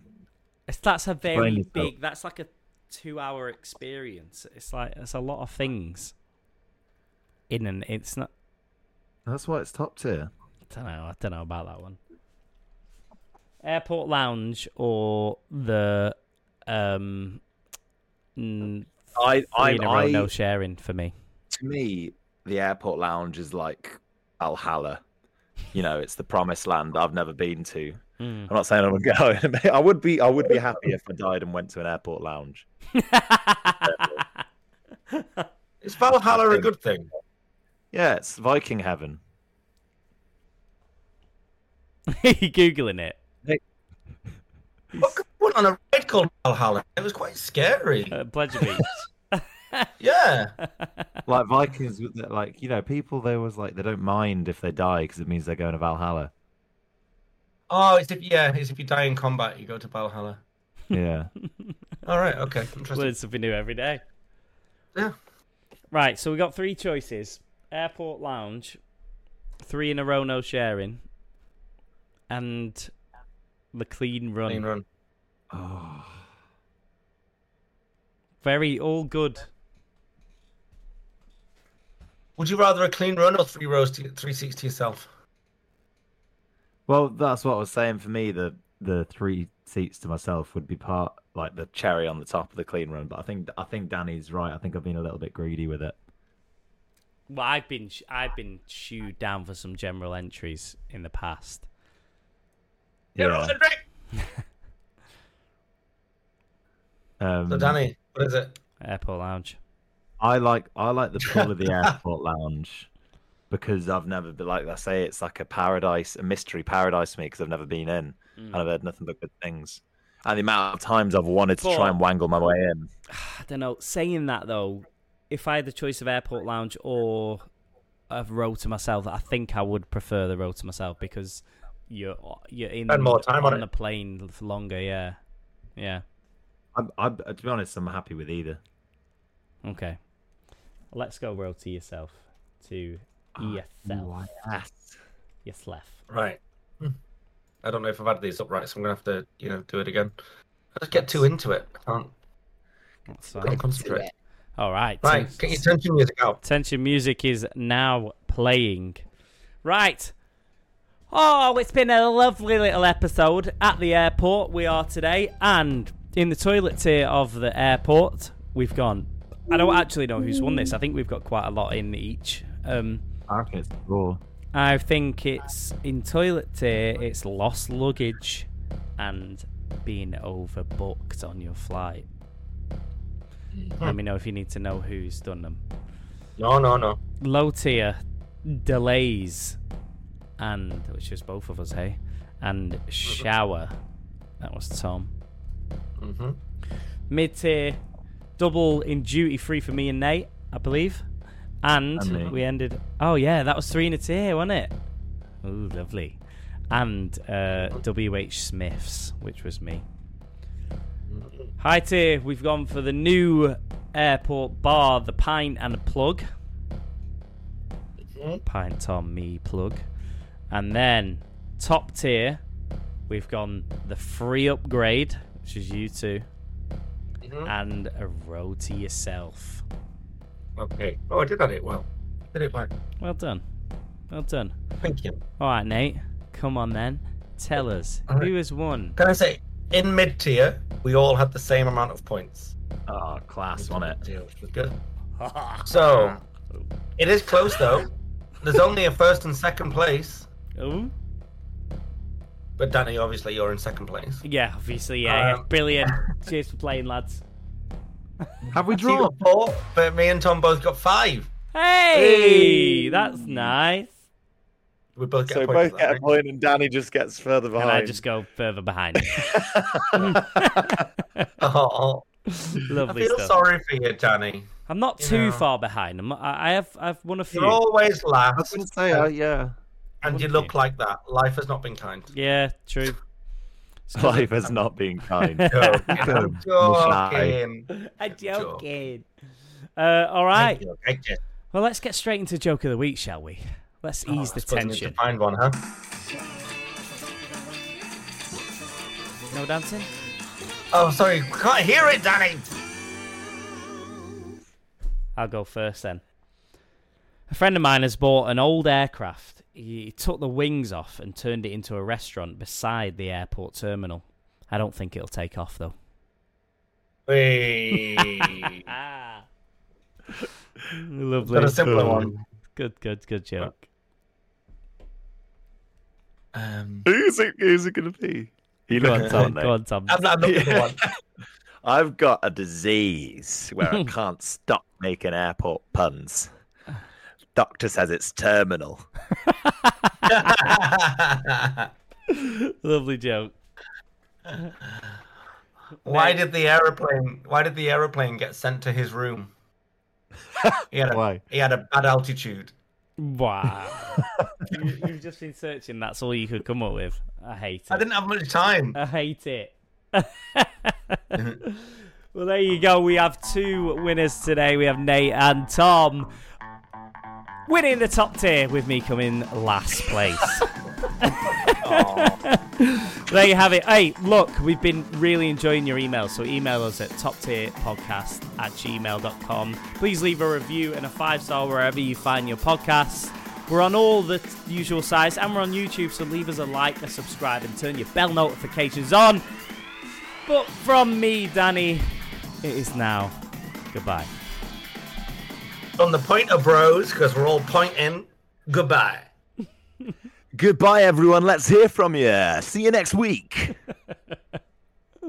[SPEAKER 1] It's, that's a very
[SPEAKER 3] Explain yourself.
[SPEAKER 1] big. That's like a two-hour experience. It's like it's a lot of things. In and it's not.
[SPEAKER 3] That's why it's top tier.
[SPEAKER 1] I don't know. I don't know about that one. Airport lounge or the um. mm,
[SPEAKER 3] I,
[SPEAKER 1] Three in a row, no sharing for me.
[SPEAKER 3] to me, the airport lounge is like Valhalla. You know, it's the promised land I've never been to.
[SPEAKER 1] Mm.
[SPEAKER 3] I'm not saying I would go. I would be. I would be happy if I died and went to an airport lounge.
[SPEAKER 2] Is Valhalla a
[SPEAKER 3] Nothing.
[SPEAKER 2] good thing?
[SPEAKER 3] Yeah, it's Viking heaven.
[SPEAKER 1] you googling it?
[SPEAKER 2] Fuck, I went on a ride called Valhalla. It was quite scary.
[SPEAKER 1] Uh, Pleasure Beach.
[SPEAKER 2] Yeah.
[SPEAKER 3] Like Vikings, with the- like you know, people they always like they don't mind if they die because it means they're going to Valhalla.
[SPEAKER 2] Oh, it's if yeah, it's if you die in combat, you go to Valhalla.
[SPEAKER 3] Yeah,
[SPEAKER 2] All right. Okay. Interesting.
[SPEAKER 1] Learn something new every day.
[SPEAKER 2] Yeah.
[SPEAKER 1] Right, so we got three choices: airport lounge, three in a row, no sharing, and the clean run.
[SPEAKER 2] Clean run.
[SPEAKER 1] Very all good.
[SPEAKER 2] Would you rather a clean run or three rows to three seats to yourself?
[SPEAKER 3] Well, that's what I was saying. For me, the the three seats to myself would be part like the cherry on the top of the clean run. But I think I think Danny's right. I think I've been a little bit greedy with it.
[SPEAKER 1] Well, I've been sh- I've been shooed down for some general entries in the past.
[SPEAKER 2] You're on the drink.
[SPEAKER 3] Um,
[SPEAKER 2] So
[SPEAKER 3] Hmm.
[SPEAKER 2] Danny, what is it?
[SPEAKER 1] Airport lounge.
[SPEAKER 3] I like I like the pull of the airport lounge because I've never been like I say it's like a paradise, a mystery paradise for me because I've never been in
[SPEAKER 2] Mm.
[SPEAKER 3] and I've heard nothing but good things. And the amount of times I've wanted to try
[SPEAKER 1] But-
[SPEAKER 3] and wangle my way in.
[SPEAKER 1] I don't know. Saying that though, if I had the choice of airport lounge or a row to myself, I think I would prefer the row to myself because you're you're in
[SPEAKER 2] Spend more time on it.
[SPEAKER 1] the plane longer. Yeah, yeah.
[SPEAKER 3] I'm, I'm, to be honest, I'm happy with either.
[SPEAKER 1] Okay. Let's go row to yourself. To E yourself.
[SPEAKER 3] Yes.
[SPEAKER 1] Yourself.
[SPEAKER 2] Right. Hmm. I don't know if I've had these up right, so I'm gonna have to, you know, do it again. I just get too into it. I can't,
[SPEAKER 1] That's
[SPEAKER 2] I
[SPEAKER 1] fine.
[SPEAKER 2] can't concentrate.
[SPEAKER 1] All right.
[SPEAKER 2] Right,
[SPEAKER 1] ten-
[SPEAKER 2] get your tension music out.
[SPEAKER 1] Tension music is now playing. Right. Oh, it's been a lovely little episode at the airport we are today, and in the toilet tier of the airport, we've gone. I don't actually know who's won this. I think we've got quite a lot in each. Um,
[SPEAKER 3] I reckon it's raw.
[SPEAKER 1] I think it's in toilet tier, it's lost luggage and being overbooked on your flight. Let me know if you need to know who's done them.
[SPEAKER 2] No, no, no.
[SPEAKER 1] Low tier, delays, and which was both of us, hey, and shower. That was Tom.
[SPEAKER 2] hmm
[SPEAKER 1] Mid tier, double in duty free for me and Nate, I believe. And,
[SPEAKER 3] And me.
[SPEAKER 1] we ended. Oh yeah, that was three in a tier, wasn't it? Ooh, lovely. And uh, W. H. Smiths, which was me. High tier. We've gone for the new airport bar, the pint and a plug. Pint on me plug, and then top tier. We've gone the free upgrade, which is you two,
[SPEAKER 2] Mm-hmm.
[SPEAKER 1] and a road to yourself.
[SPEAKER 2] Okay. Oh, I did that it well. Did it well.
[SPEAKER 1] Well done. Well done.
[SPEAKER 2] Thank you.
[SPEAKER 1] All right, Nate. Come on then. Tell us
[SPEAKER 2] All right.
[SPEAKER 1] who has won.
[SPEAKER 2] Can I say, in mid tier, we all had the same amount of points.
[SPEAKER 3] Oh, class on it.
[SPEAKER 2] Yeah, which was good. So, it is close though. There's only a first and second place.
[SPEAKER 1] Oh,
[SPEAKER 2] But Danny, obviously, you're in second place.
[SPEAKER 1] yeah. Obviously, yeah.
[SPEAKER 2] Um,
[SPEAKER 1] Brilliant. Cheers for playing, lads.
[SPEAKER 3] Have we
[SPEAKER 2] You
[SPEAKER 3] drawn?
[SPEAKER 2] got four, but me and Tom both got five.
[SPEAKER 1] Hey, that's nice.
[SPEAKER 2] We both get
[SPEAKER 3] So
[SPEAKER 2] a point.
[SPEAKER 3] both
[SPEAKER 2] for
[SPEAKER 3] get
[SPEAKER 2] that,
[SPEAKER 3] a point, and Danny just gets further
[SPEAKER 1] Can
[SPEAKER 3] behind.
[SPEAKER 1] I just go further behind?
[SPEAKER 2] right? Oh, I
[SPEAKER 1] Lovely
[SPEAKER 2] feel
[SPEAKER 1] stuff.
[SPEAKER 2] sorry for you, Danny.
[SPEAKER 1] I'm not
[SPEAKER 2] You
[SPEAKER 1] too
[SPEAKER 2] know.
[SPEAKER 1] far behind. I'm, I I have I've won a few.
[SPEAKER 2] You're always
[SPEAKER 3] I was
[SPEAKER 2] last,
[SPEAKER 3] gonna say, oh, yeah.
[SPEAKER 2] and you look like that. Life has not been kind.
[SPEAKER 1] Yeah, true. It's 'cause
[SPEAKER 3] Life has not been kind.
[SPEAKER 2] Joking, I'm joking.
[SPEAKER 1] I'm
[SPEAKER 2] joke.
[SPEAKER 1] joking. Uh, all right.
[SPEAKER 2] I guess.
[SPEAKER 1] Well, let's get straight into joke of the week, shall we? Let's ease
[SPEAKER 2] Oh, I
[SPEAKER 1] the
[SPEAKER 2] suppose I need to
[SPEAKER 1] tension.
[SPEAKER 2] Find one, huh?
[SPEAKER 1] No dancing.
[SPEAKER 2] Oh, sorry, can't hear it, Danny.
[SPEAKER 1] I'll go first then. A friend of mine has bought an old aircraft. He took the wings off and turned it into a restaurant beside the airport terminal. I don't think it'll take off though.
[SPEAKER 2] Hey.
[SPEAKER 1] Ah. Lovely.
[SPEAKER 2] Got a simpler one.
[SPEAKER 1] Good, good, good joke.
[SPEAKER 2] Um,
[SPEAKER 3] who's, it, who's it gonna be? You
[SPEAKER 1] Go
[SPEAKER 3] look
[SPEAKER 1] on, Tom.
[SPEAKER 3] at Tom,
[SPEAKER 1] Go on, Tom.
[SPEAKER 2] I'm not looking for
[SPEAKER 3] Yeah.
[SPEAKER 2] one.
[SPEAKER 3] I've got a disease where I can't stop making airport puns. Doctor says it's terminal.
[SPEAKER 1] Lovely joke.
[SPEAKER 2] why did the aeroplane? Why did the aeroplane get sent to his room? He had a,
[SPEAKER 3] Why?
[SPEAKER 2] He had a bad altitude.
[SPEAKER 1] Wow. you, you've just been searching. That's all you could come up with. I hate it.
[SPEAKER 2] I didn't have much time.
[SPEAKER 1] I hate it. well, there you go. We have two winners today. We have Nate and Tom winning the top tier with me coming last place. there you have it. Hey, look, we've been really enjoying your emails, so email us at toptierpodcast at gmail.com. Please leave a review and a five star wherever you find your podcasts. We're on all the t- usual sites and we're on YouTube, so leave us a like, a subscribe, and turn your bell notifications on. But from me, Danny, it is now goodbye.
[SPEAKER 2] On the point of bros, because we're all pointing. Goodbye.
[SPEAKER 3] Goodbye, everyone. Let's hear from you. See you next week.